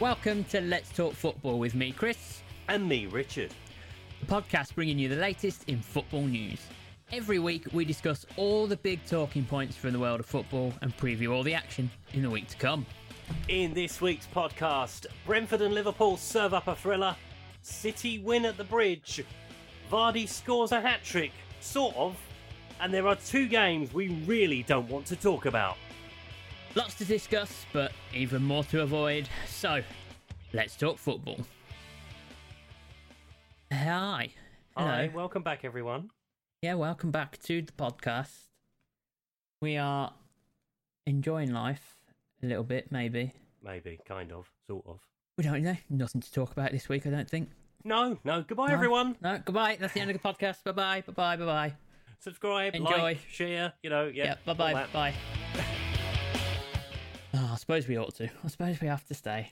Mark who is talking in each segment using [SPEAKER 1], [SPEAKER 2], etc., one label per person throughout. [SPEAKER 1] Welcome to Let's Talk Football with me, Chris,
[SPEAKER 2] And me, Richard.
[SPEAKER 1] the podcast bringing you the latest in football news. Every week, we discuss all the big talking points from the world of football and preview all the action in the week to come.
[SPEAKER 2] In this week's podcast, Brentford and Liverpool serve up a thriller, City win at the bridge, Vardy scores a hat trick, sort of, and there are two games we really don't want to talk about.
[SPEAKER 1] Lots to discuss, but even more to avoid. So, let's talk football. Hi. Hello.
[SPEAKER 2] Hi, welcome back, everyone.
[SPEAKER 1] Yeah, welcome back to the podcast. We are enjoying life a little bit, maybe.
[SPEAKER 2] Maybe, kind of, sort of.
[SPEAKER 1] We don't know. Nothing to talk about this week, I don't think.
[SPEAKER 2] No, no, goodbye, everyone.
[SPEAKER 1] No, goodbye. That's the end of the podcast. Bye bye. Bye bye. Bye bye.
[SPEAKER 2] Subscribe,
[SPEAKER 1] Enjoy.
[SPEAKER 2] like, share, you know, yeah.
[SPEAKER 1] Yeah. Bye
[SPEAKER 2] all
[SPEAKER 1] bye.
[SPEAKER 2] that.
[SPEAKER 1] Bye. Oh, I suppose we ought to. I suppose we have to stay.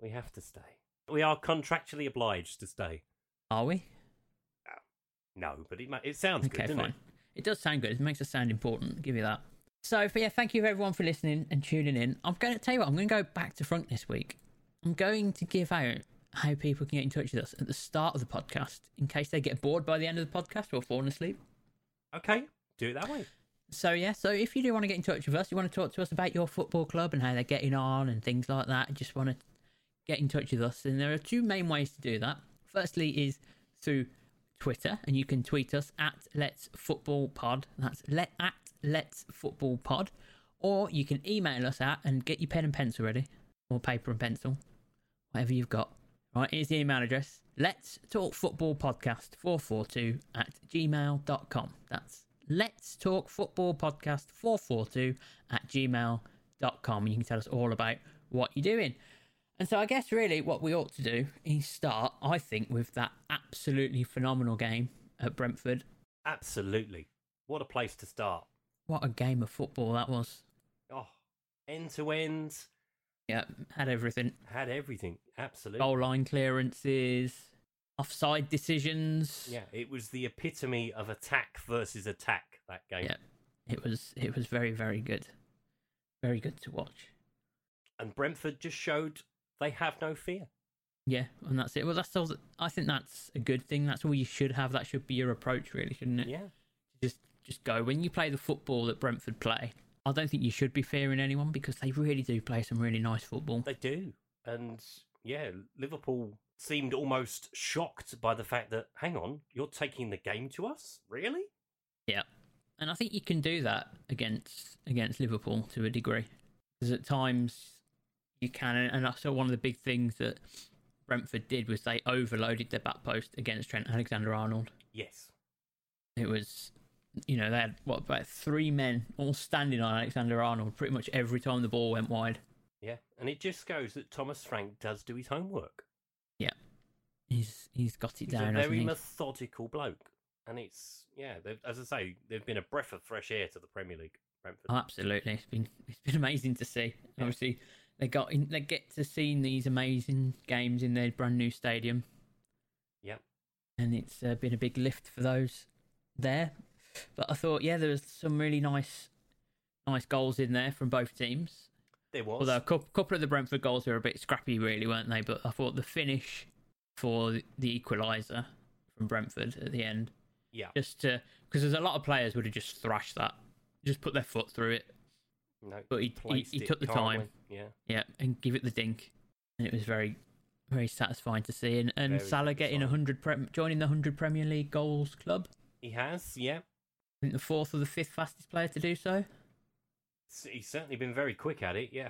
[SPEAKER 2] We have to stay. We are contractually obliged to stay.
[SPEAKER 1] Are we?
[SPEAKER 2] No, but it, ma- it sounds
[SPEAKER 1] Okay,
[SPEAKER 2] good, doesn't
[SPEAKER 1] fine.
[SPEAKER 2] it?
[SPEAKER 1] It does sound good. It makes us sound important. Give you that. So, but yeah, thank you everyone for listening and tuning in. I'm going to tell you what. I'm going to go back to front this week. I'm going to give out how people can get in touch with us at the start of the podcast in case they get bored by the end of the podcast or fallen asleep.
[SPEAKER 2] Okay, do it that way.
[SPEAKER 1] So yeah, so if you do want to get in touch with us, you want to talk to us about your football club and how they're getting on and things like that, and just want to get in touch with us, then there are two main ways to do that. Firstly is through Twitter, and you can tweet us at Let's Football Pod. That's let at Let's Football Pod, or you can email us at and get your pen and pencil ready, or paper and pencil, whatever you've got. Right, here's the email address. Let's Talk Football Podcast 442 at gmail.com. That's Let's Talk Football Podcast 442 at gmail.com. And you can tell us all about what you're doing. And so I guess really what we ought to do is start, I think, with that absolutely phenomenal game at Brentford.
[SPEAKER 2] Absolutely. What a place to start.
[SPEAKER 1] What a game of football that was.
[SPEAKER 2] Oh, end to end,
[SPEAKER 1] Yeah, had everything.
[SPEAKER 2] had everything. Absolutely.
[SPEAKER 1] Goal line clearances, offside decisions.
[SPEAKER 2] Yeah, it was the epitome of attack versus attack, that game.
[SPEAKER 1] Yeah, it was it was very very good, very good to watch.
[SPEAKER 2] And Brentford just showed they have no fear.
[SPEAKER 1] Yeah, and that's it. Well, that's all. that- I think that's a good thing. That's all you should have. That should be your approach, really, shouldn't it?
[SPEAKER 2] Yeah.
[SPEAKER 1] Just just go when you play the football that Brentford play. I don't think you should be fearing anyone because they really do play some really nice football.
[SPEAKER 2] They do. And yeah, Liverpool seemed almost shocked by the fact that, hang on, you're taking the game to us? Really?
[SPEAKER 1] Yeah, and I think you can do that against against Liverpool to a degree, because at times you can. And that's sort of one of the big things that Brentford did was they overloaded their back post against Trent Alexander Arnold.
[SPEAKER 2] Yes.
[SPEAKER 1] It was, you know, they had what about three men all standing on Alexander Arnold pretty much every time the ball went wide.
[SPEAKER 2] Yeah. And it just goes that Thomas Frank does do his homework.
[SPEAKER 1] Yeah, he's he's got it
[SPEAKER 2] He's
[SPEAKER 1] down.
[SPEAKER 2] a
[SPEAKER 1] hasn't
[SPEAKER 2] very
[SPEAKER 1] he?
[SPEAKER 2] methodical bloke. And it's, yeah, they've- as I say, they've been a breath of fresh air to the Premier League, Brentford.
[SPEAKER 1] Oh, absolutely, it's been it's been amazing to see.
[SPEAKER 2] Yeah.
[SPEAKER 1] Obviously, they got in, they get to seeing these amazing games in their brand new stadium,
[SPEAKER 2] Yep.
[SPEAKER 1] and it's uh, been a big lift for those there. But I thought, yeah, there was some really nice nice goals in there from both teams.
[SPEAKER 2] There was.
[SPEAKER 1] Although a couple, couple of the Brentford goals were a bit scrappy, really, weren't they? But I thought the finish for the equaliser from Brentford at the end,
[SPEAKER 2] yeah.
[SPEAKER 1] just to because there's a lot of players would have just thrashed that, just put their foot through it,
[SPEAKER 2] No,
[SPEAKER 1] but he- he-
[SPEAKER 2] placed
[SPEAKER 1] he
[SPEAKER 2] it
[SPEAKER 1] took the time.
[SPEAKER 2] calmly. Yeah,
[SPEAKER 1] yeah, and give it the dink, and it was very, very satisfying to see. And, and
[SPEAKER 2] Very
[SPEAKER 1] Salah getting
[SPEAKER 2] satisfying.
[SPEAKER 1] hundred prem- joining the hundred Premier League goals club,
[SPEAKER 2] he has. Yeah,
[SPEAKER 1] I think the fourth or the fifth fastest player to do so.
[SPEAKER 2] S- he's certainly been very quick at it. Yeah,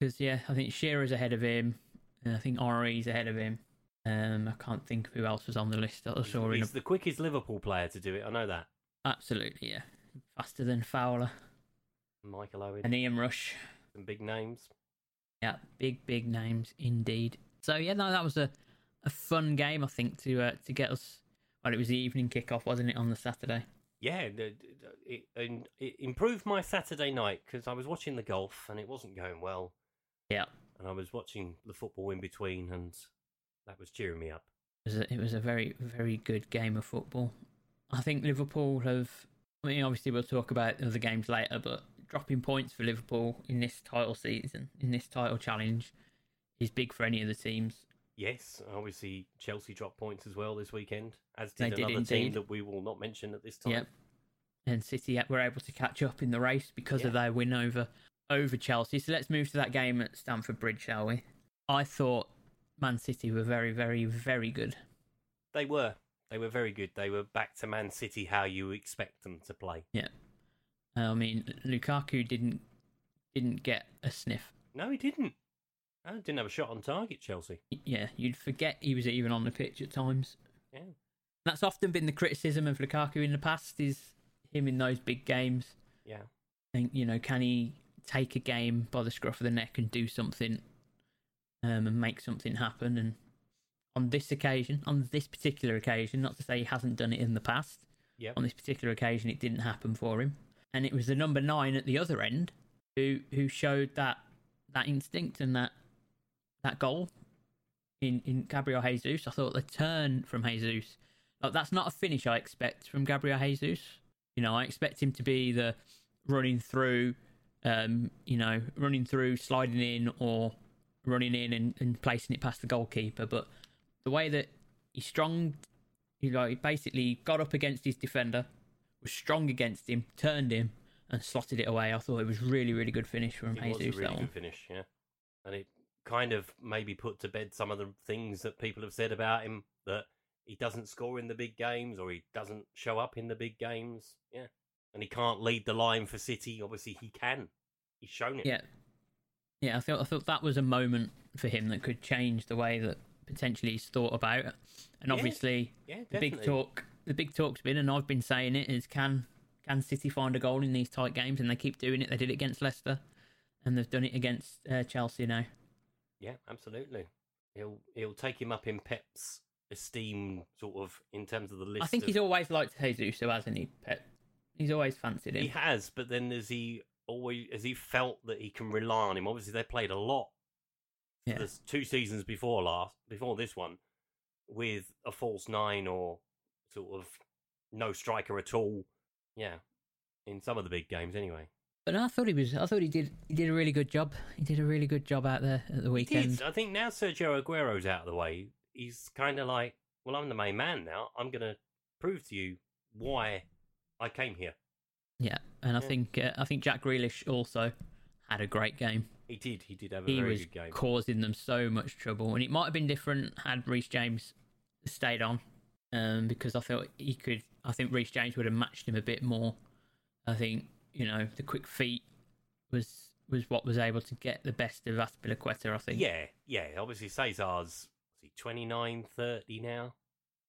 [SPEAKER 1] Because yeah, I think Shearer's ahead of him, and I think Ori's ahead of him. Um, I can't think of who else was on the list that I
[SPEAKER 2] he's,
[SPEAKER 1] saw in a
[SPEAKER 2] he's the quickest Liverpool player to do it. I know that.
[SPEAKER 1] Absolutely, yeah. Faster than Fowler
[SPEAKER 2] Michael Owen,
[SPEAKER 1] and Ian Rush.
[SPEAKER 2] some big names.
[SPEAKER 1] Yeah, big, big names indeed. So yeah, no, that was a, a fun game, I think, to uh, to get us. Well, it was the evening kickoff, wasn't it, on the Saturday?
[SPEAKER 2] Yeah, the- the- it, and it improved my Saturday night because I was watching the golf and it wasn't going well,
[SPEAKER 1] Yeah, it
[SPEAKER 2] and I was watching the football in between, and that was cheering me up.
[SPEAKER 1] was a, it was a very, very good game of football. I think Liverpool have. I mean, obviously, we'll talk about other games later, but dropping points for Liverpool in this title season, in this title challenge, is big for any of the teams.
[SPEAKER 2] Yes, obviously Chelsea dropped points as well this weekend, as
[SPEAKER 1] They
[SPEAKER 2] did
[SPEAKER 1] did
[SPEAKER 2] another team
[SPEAKER 1] indeed.
[SPEAKER 2] that we will not mention at this time.
[SPEAKER 1] Yep. And City were able to catch up in the race because of
[SPEAKER 2] Yeah.
[SPEAKER 1] their win over over Chelsea. So let's move to that game at Stamford Bridge, shall we? I thought Man City were very, very, very good.
[SPEAKER 2] They were. They were very good. They were back to Man City how you expect them to play.
[SPEAKER 1] Uh, I mean, Lukaku didn't didn't get a sniff.
[SPEAKER 2] No, he didn't. No, didn't have a shot on target, Chelsea.
[SPEAKER 1] Yeah, you'd forget he was even on the pitch at times.
[SPEAKER 2] Yeah.
[SPEAKER 1] That's often been the criticism of Lukaku in the past is him in those big games.
[SPEAKER 2] Yeah.
[SPEAKER 1] think you know can he take a game by the scruff of the neck and do something um, and make something happen and on this occasion on this particular occasion not to say he hasn't done it in the past
[SPEAKER 2] Yep.
[SPEAKER 1] on this particular occasion it didn't happen for him and it was the number nine at the other end who who showed that that instinct and that that goal in in Gabriel Jesus I thought the turn from Jesus like that's not a finish I expect from Gabriel Jesus you know I expect him to be the running through um you know running through sliding in or running in and, and placing it past the goalkeeper but the way that he strong he like he basically got up against his defender, was strong against him, turned him, and slotted it away. I thought it was really, really good finish from
[SPEAKER 2] It was a
[SPEAKER 1] Jesus.
[SPEAKER 2] really
[SPEAKER 1] that one.
[SPEAKER 2] good finish, yeah. And it kind of maybe put to bed some of the things that people have said about him that he doesn't score in the big games or he doesn't show up in the big games. Yeah. And he can't lead the line for City. Obviously, he can. He's shown it.
[SPEAKER 1] Yeah, yeah. I thought I thought that was a moment for him that could change the way that potentially he's thought about it. And
[SPEAKER 2] Yeah,
[SPEAKER 1] obviously,
[SPEAKER 2] Yeah,
[SPEAKER 1] the
[SPEAKER 2] definitely.
[SPEAKER 1] big talk, the big talk's been, and I've been saying it is can can City find a goal in these tight games? And they keep doing it. They did it against Leicester, and they've done it against uh, Chelsea now.
[SPEAKER 2] Yeah, absolutely. He'll he'll take him up in Pep's esteem, sort of in terms of the list.
[SPEAKER 1] I think
[SPEAKER 2] of-
[SPEAKER 1] he's always liked Jesus, so hasn't he? Pep? He's always fancied him.
[SPEAKER 2] he has, but then has he always has he felt that he can rely on him? Obviously, they played a lot.
[SPEAKER 1] Yeah.
[SPEAKER 2] There's two seasons before last, before this one, with a false nine or sort of no striker at all. Yeah, in some of the big games, anyway.
[SPEAKER 1] But no, I thought he was. I thought he did. He did a really good job. He did a really good job out there at the weekend.
[SPEAKER 2] Kids, I think now Sergio Aguero's out of the way, he's kind of like, well, I'm the main man now. I'm going to prove to you why I came here.
[SPEAKER 1] Yeah, and I
[SPEAKER 2] Yeah.
[SPEAKER 1] think uh, I think Jack Grealish also had a great game.
[SPEAKER 2] He did. He did have a
[SPEAKER 1] He
[SPEAKER 2] very
[SPEAKER 1] was
[SPEAKER 2] good game.
[SPEAKER 1] causing them so much trouble, and it might have been different had Reece James stayed on, um, because I felt he could. I think Reece James would have matched him a bit more. I think you know the quick feet was was what was able to get the best of Aspilicueta. I think.
[SPEAKER 2] Yeah, yeah. Obviously, Cesar's is he 29, 30 now.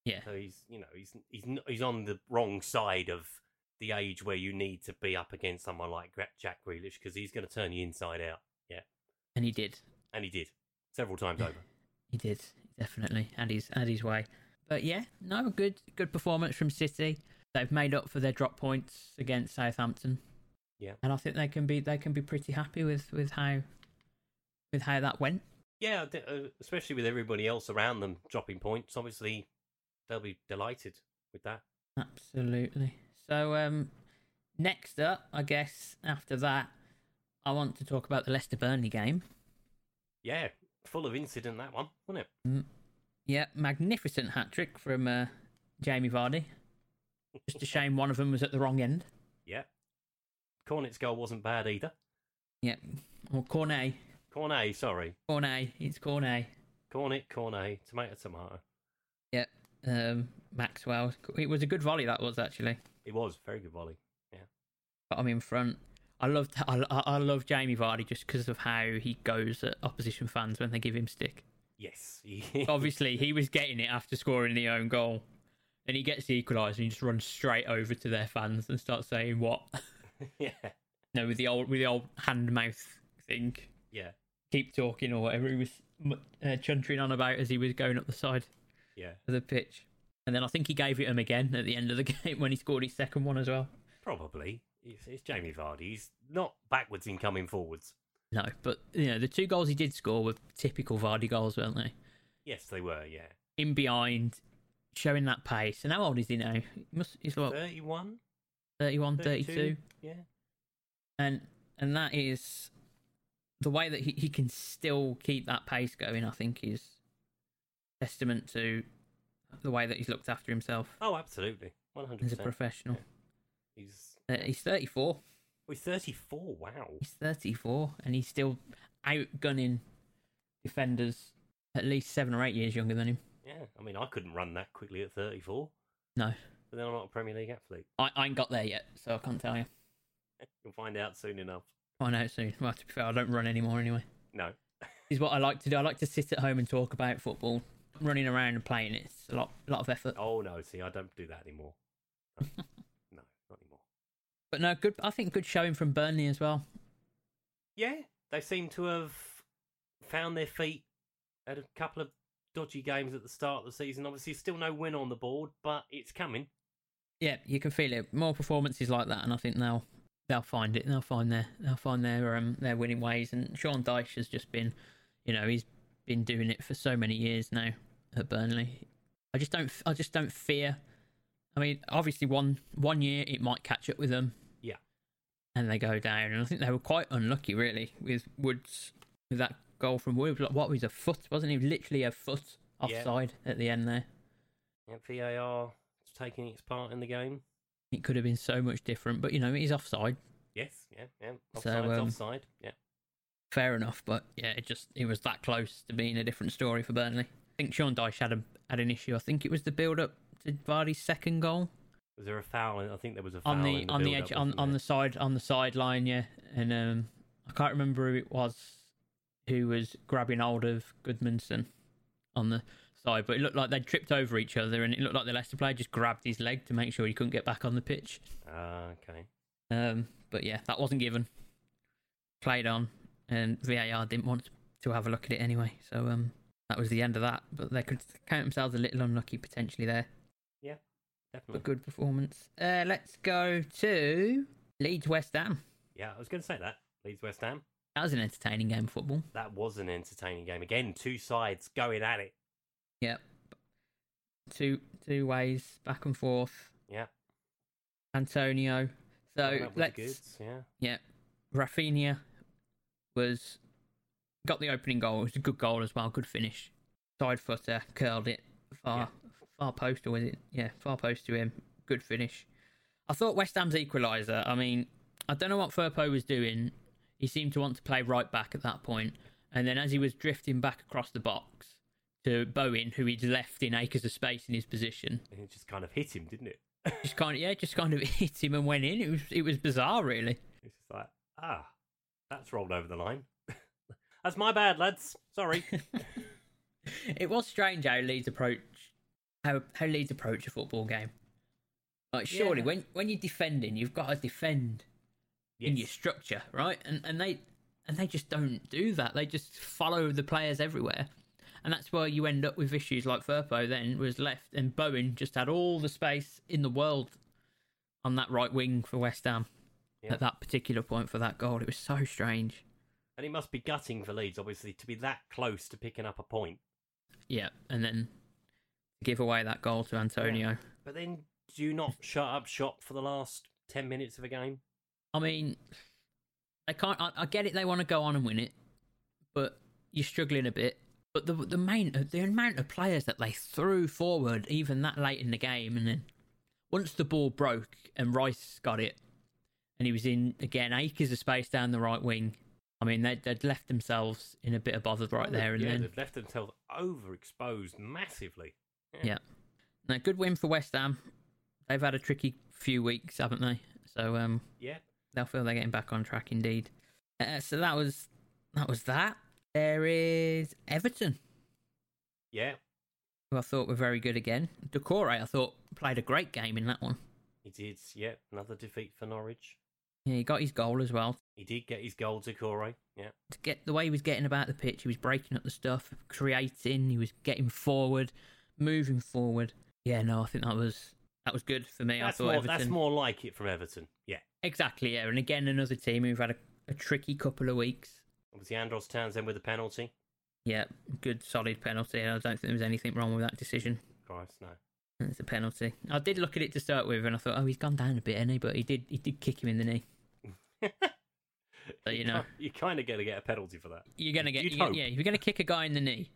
[SPEAKER 1] Yeah.
[SPEAKER 2] So he's, you know, he's he's n- he's on the wrong side of the age where you need to be up against someone like Gra- Jack Grealish because he's going to turn you inside out.
[SPEAKER 1] and he did.
[SPEAKER 2] And he did several times over.
[SPEAKER 1] He did definitely had his had his way. But yeah, no, good good performance from City. They've made up for their drop points against Southampton.
[SPEAKER 2] Yeah.
[SPEAKER 1] and I think they can be they can be pretty happy with with how with how that went.
[SPEAKER 2] Yeah, I thi- uh, especially with everybody else around them dropping points. Obviously, they'll be delighted with that.
[SPEAKER 1] Absolutely. So um, next up, I guess after that, I want to talk about the Leicester Burnley game.
[SPEAKER 2] Yeah, full of incident that one, wasn't it?
[SPEAKER 1] Yeah, magnificent hat trick from uh, Jamie Vardy. Just a shame one of them was at the wrong end.
[SPEAKER 2] Yeah. Cornet's goal wasn't bad either.
[SPEAKER 1] Yep, or Cornet.
[SPEAKER 2] Cornet, sorry.
[SPEAKER 1] Cornet. It's Cornet.
[SPEAKER 2] Cornet, Cornet, tomato, tomato.
[SPEAKER 1] Yep. Um, Maxwell. It was a good volley that was actually.
[SPEAKER 2] It was very good volley.
[SPEAKER 1] Got him in front. I loved. I, I I love Jamie Vardy just because of how he goes at opposition fans when they give him stick.
[SPEAKER 2] Yes.
[SPEAKER 1] Oh. Obviously, he was getting it after scoring the own goal, and he gets the equaliser and he just runs straight over to their fans and starts saying what?
[SPEAKER 2] yeah.
[SPEAKER 1] no, with the old with the old hand mouth thing.
[SPEAKER 2] Yeah.
[SPEAKER 1] Keep talking or whatever he was uh, chuntering on about as he was going up the side.
[SPEAKER 2] Yeah.
[SPEAKER 1] of the pitch. And then I think he gave it him again at the end of the game when he scored his second one as well.
[SPEAKER 2] Probably. It's, it's Jamie Vardy. He's not backwards in coming forwards.
[SPEAKER 1] No, but you know the two goals he did score were typical Vardy goals, weren't they?
[SPEAKER 2] Yes, they were, yeah.
[SPEAKER 1] In behind, showing that pace. And how old is he now? He must he's what
[SPEAKER 2] 31?
[SPEAKER 1] 31,
[SPEAKER 2] 32?
[SPEAKER 1] 32?
[SPEAKER 2] Yeah.
[SPEAKER 1] and and that is the way that he, he can still keep that pace going, I think, is testament to the way that he's looked after himself
[SPEAKER 2] Oh, absolutely. 100%.
[SPEAKER 1] as a professional.
[SPEAKER 2] He's,
[SPEAKER 1] Uh, he's 34.
[SPEAKER 2] we're 34. Wow.
[SPEAKER 1] He's 34, and he's still outgunning defenders at least seven or eight years younger than him.
[SPEAKER 2] Yeah. I mean, I couldn't run that quickly at 34,
[SPEAKER 1] No,
[SPEAKER 2] but then I'm not a Premier League athlete.
[SPEAKER 1] I, I ain't got there yet, so I can't tell you.
[SPEAKER 2] You'll find out soon enough.
[SPEAKER 1] I know soon. Well, to be fair, I don't run anymore anyway.
[SPEAKER 2] No.
[SPEAKER 1] Is what I like to do. I like to sit at home and talk about football. Running around and playing it's a lot, lot of effort.
[SPEAKER 2] Oh, no. See, I don't do that anymore. No, no not anymore.
[SPEAKER 1] But no, good. I think good showing from Burnley as well.
[SPEAKER 2] Yeah, they seem to have found their feet at a couple of dodgy games at the start of the season. Obviously, still no win on the board, but it's coming.
[SPEAKER 1] Yeah, you can feel it. More performances like that, and I think they'll they'll find it. They'll find their they'll find their um their winning ways. And Sean Dyche has just been, you know, he's been doing it for so many years now at Burnley. I just don't I just don't fear. I mean, obviously one one year it might catch up with them.
[SPEAKER 2] Yeah.
[SPEAKER 1] and they go down. And I think they were quite unlucky really with Woods with that goal from Woods. Like, what was a foot? Wasn't he literally a foot
[SPEAKER 2] Yeah.
[SPEAKER 1] offside at the end there?
[SPEAKER 2] And VAR is taking its part in the game.
[SPEAKER 1] It could have been so much different, but you know, he's offside.
[SPEAKER 2] Yes, yeah, yeah.
[SPEAKER 1] So,
[SPEAKER 2] Offside,
[SPEAKER 1] um,
[SPEAKER 2] offside. Yeah,
[SPEAKER 1] fair enough. But yeah, it just it was that close to being a different story for Burnley. I think Sean Dyche had a, had an issue. I think it was the build up to Vardy's second goal
[SPEAKER 2] was there a foul? I think there was a foul
[SPEAKER 1] on the,
[SPEAKER 2] in
[SPEAKER 1] on the
[SPEAKER 2] build-up,
[SPEAKER 1] edge on,
[SPEAKER 2] wasn't
[SPEAKER 1] on
[SPEAKER 2] there?
[SPEAKER 1] the side on the sideline. Yeah, and um, I can't remember who it was who was grabbing hold of Goodmanson on the side, but it looked like they'd tripped over each other, and it looked like the Leicester player just grabbed his leg to make sure he couldn't get back on the pitch.
[SPEAKER 2] Ah, okay.
[SPEAKER 1] Um, but yeah, that wasn't given. Played on, and VAR didn't want to have a look at it anyway. So um, that was the end of that. But they could count themselves a little unlucky potentially there.
[SPEAKER 2] Definitely.
[SPEAKER 1] But good performance. Uh, let's go to Leeds West Ham.
[SPEAKER 2] Yeah, I was going to say that. Leeds West Ham.
[SPEAKER 1] That was an entertaining game of football.
[SPEAKER 2] That was an entertaining game. Again, two sides going at it.
[SPEAKER 1] Yep. Two two ways back and forth.
[SPEAKER 2] Yeah.
[SPEAKER 1] Antonio.
[SPEAKER 2] coming
[SPEAKER 1] So
[SPEAKER 2] up with the
[SPEAKER 1] let's
[SPEAKER 2] goods, Yeah.
[SPEAKER 1] Yeah, Rafinha was got the opening goal. It was a good goal as well. Good finish. Side footer curled it far far post or was it? Yeah, far post to him. Good finish. I thought West Ham's equaliser. I mean, I don't know what Furpo was doing. He seemed to want to play right back at that point, and then as he was drifting back across the box to Bowen, who he'd left in acres of space in his position,
[SPEAKER 2] And it just kind of hit him, didn't it?
[SPEAKER 1] just kind of yeah, just kind of hit him and went in. It was it was bizarre, really.
[SPEAKER 2] It's just like, ah, that's rolled over the line. that's my bad, lads. Sorry.
[SPEAKER 1] It was strange how Leeds approach how how Leeds approach a football game. Like surely
[SPEAKER 2] Yeah.
[SPEAKER 1] when when you're defending, you've got to defend in your structure, right? And and they and they just don't do that. They just follow the players everywhere. And that's where you end up with issues like Furpo then was left and Bowen just had all the space in the world on that right wing for West Ham
[SPEAKER 2] Yeah.
[SPEAKER 1] at that particular point for that goal. It was so strange.
[SPEAKER 2] And it must be gutting for Leeds, obviously, to be that close to picking up a point.
[SPEAKER 1] Yeah, and then give away that goal to Antonio.
[SPEAKER 2] But then, do you not shut up shop for the last 10 minutes of a game?
[SPEAKER 1] I mean, they can't. I, I get it. They want to go on and win it, but you're struggling a bit. But the the main the amount of players that they threw forward, even that late in the game, and then once the ball broke and Rice got it, and he was in again acres of space down the right wing. I mean, they, they'd left themselves in a bit of bother right there and
[SPEAKER 2] yeah,
[SPEAKER 1] then.
[SPEAKER 2] They've left themselves overexposed massively.
[SPEAKER 1] Yeah. Now, good win for West Ham. They've had a tricky few weeks, haven't they? So um,
[SPEAKER 2] Yeah.
[SPEAKER 1] they'll feel they're getting back on track indeed. Uh, so that was that was that. There is Everton,
[SPEAKER 2] Yeah.
[SPEAKER 1] who I thought were very good again. Decore, I thought played a great game in that one.
[SPEAKER 2] He did. Yeah. Another defeat for Norwich.
[SPEAKER 1] Yeah, he got his goal as well.
[SPEAKER 2] He did get his goal to Corey. Yeah.
[SPEAKER 1] To get the way he was getting about the pitch, he was breaking up the stuff, creating. He was getting forward, moving forward. Yeah, no, I think that was that was good for me.
[SPEAKER 2] That's
[SPEAKER 1] I thought
[SPEAKER 2] more,
[SPEAKER 1] Everton
[SPEAKER 2] that's more like it from Everton. Yeah.
[SPEAKER 1] exactly yeah, and again another team who've had a, a tricky couple of weeks.
[SPEAKER 2] Obviously, Andros Townsend with a penalty.
[SPEAKER 1] Yeah, good solid penalty. I don't think there was anything wrong with that decision.
[SPEAKER 2] Christ, no.
[SPEAKER 1] It's a penalty. I did look at it to start with, and I thought, oh, he's gone down a bit, hasn't he? But he did, he did kick him in the knee. So, you know,
[SPEAKER 2] you kind of got to get a penalty for that.
[SPEAKER 1] you're gonna get
[SPEAKER 2] You'd
[SPEAKER 1] you,
[SPEAKER 2] hope.
[SPEAKER 1] yeah. If you're gonna kick a guy in the knee,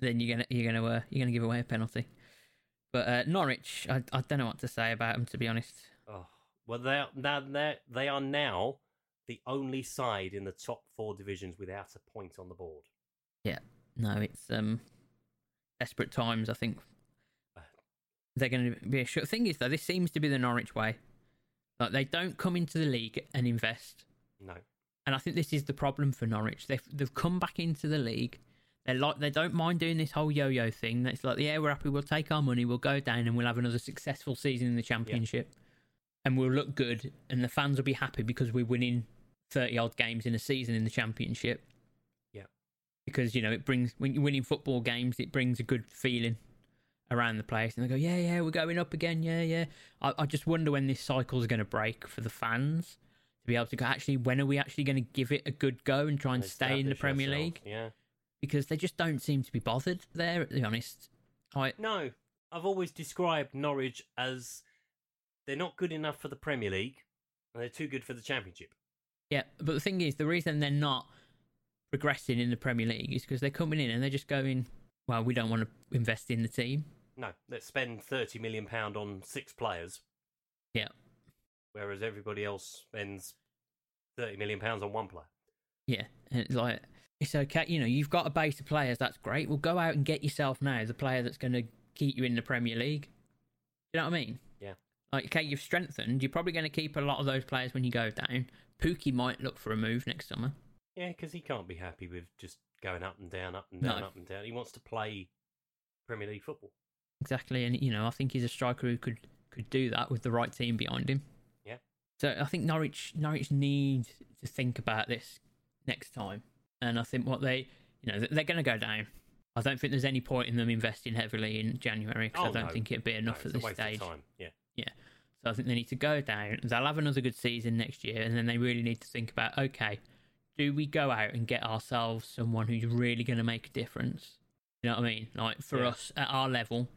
[SPEAKER 1] then you're gonna you're gonna uh, you're gonna give away a penalty. But uh, Norwich, I, I don't know what to say about them to be honest.
[SPEAKER 2] Oh, well, they are now they they are now the only side in the top four divisions without a point on the board.
[SPEAKER 1] No, it's um desperate times. I think they're going to be a short thing. Is though this seems to be the Norwich way. Like they don't come into the league and invest,
[SPEAKER 2] No,
[SPEAKER 1] and I think this is the problem for Norwich. They've they've come back into the league. They like they don't mind doing this whole yo-yo thing. That's like, yeah, we're happy. We'll take our money. We'll go down, and we'll have another successful season in the championship, and we'll look good, and the fans will be happy because we're winning thirty odd games in a season in the championship because you know it brings when you're winning football games, it brings a good feeling around the place. And they go, yeah, yeah, we're going up again, yeah, yeah. I, I just wonder when this cycle's going to break for the fans to be able to go. Actually, when are we actually going to give it a good go and try and stay in the
[SPEAKER 2] Establish
[SPEAKER 1] Premier
[SPEAKER 2] yourself.
[SPEAKER 1] League?
[SPEAKER 2] Yeah.
[SPEAKER 1] Because they just don't seem to be bothered there. To be honest, I
[SPEAKER 2] No, I've always described Norwich as they're not good enough for the Premier League and they're too good for the Championship.
[SPEAKER 1] yeah. But the thing is, the reason they're not progressing in the Premier League is because they're coming in and they're just going. Well, we don't want to invest in the team.
[SPEAKER 2] No, let's spend thirty million pound on six players,
[SPEAKER 1] Yeah,
[SPEAKER 2] whereas everybody else spends thirty million pounds on one player.
[SPEAKER 1] Yeah, and it's like it's okay. You know, you've got a base of players. That's great. Well, go out and get yourself now the player that's going to keep you in the Premier League. You know what I mean?
[SPEAKER 2] Yeah.
[SPEAKER 1] Like, okay, you've strengthened. You're probably going to keep a lot of those players when you go down. Pookie might look for a move next summer.
[SPEAKER 2] Yeah, because he can't be happy with just going up and down, up and down,
[SPEAKER 1] No.
[SPEAKER 2] up and down. He wants to play Premier League football.
[SPEAKER 1] Exactly, and you know, I think he's a striker who could could do that with the right team behind him.
[SPEAKER 2] Yeah.
[SPEAKER 1] So I think Norwich Norwich need to think about this next time, and I think what they you know th- they're going to go down. I don't think there's any point in them investing heavily in January because
[SPEAKER 2] Oh,
[SPEAKER 1] I don't
[SPEAKER 2] no.
[SPEAKER 1] think it'd be enough
[SPEAKER 2] No,
[SPEAKER 1] at
[SPEAKER 2] it's a
[SPEAKER 1] this
[SPEAKER 2] waste of
[SPEAKER 1] stage.
[SPEAKER 2] time. Yeah,
[SPEAKER 1] Yeah. So I think they need to go down. They'll have another good season next year, and then they really need to think about okay, do we go out and get ourselves someone who's really going to make a difference? You know what I mean? Like for
[SPEAKER 2] Yeah.
[SPEAKER 1] us at our level,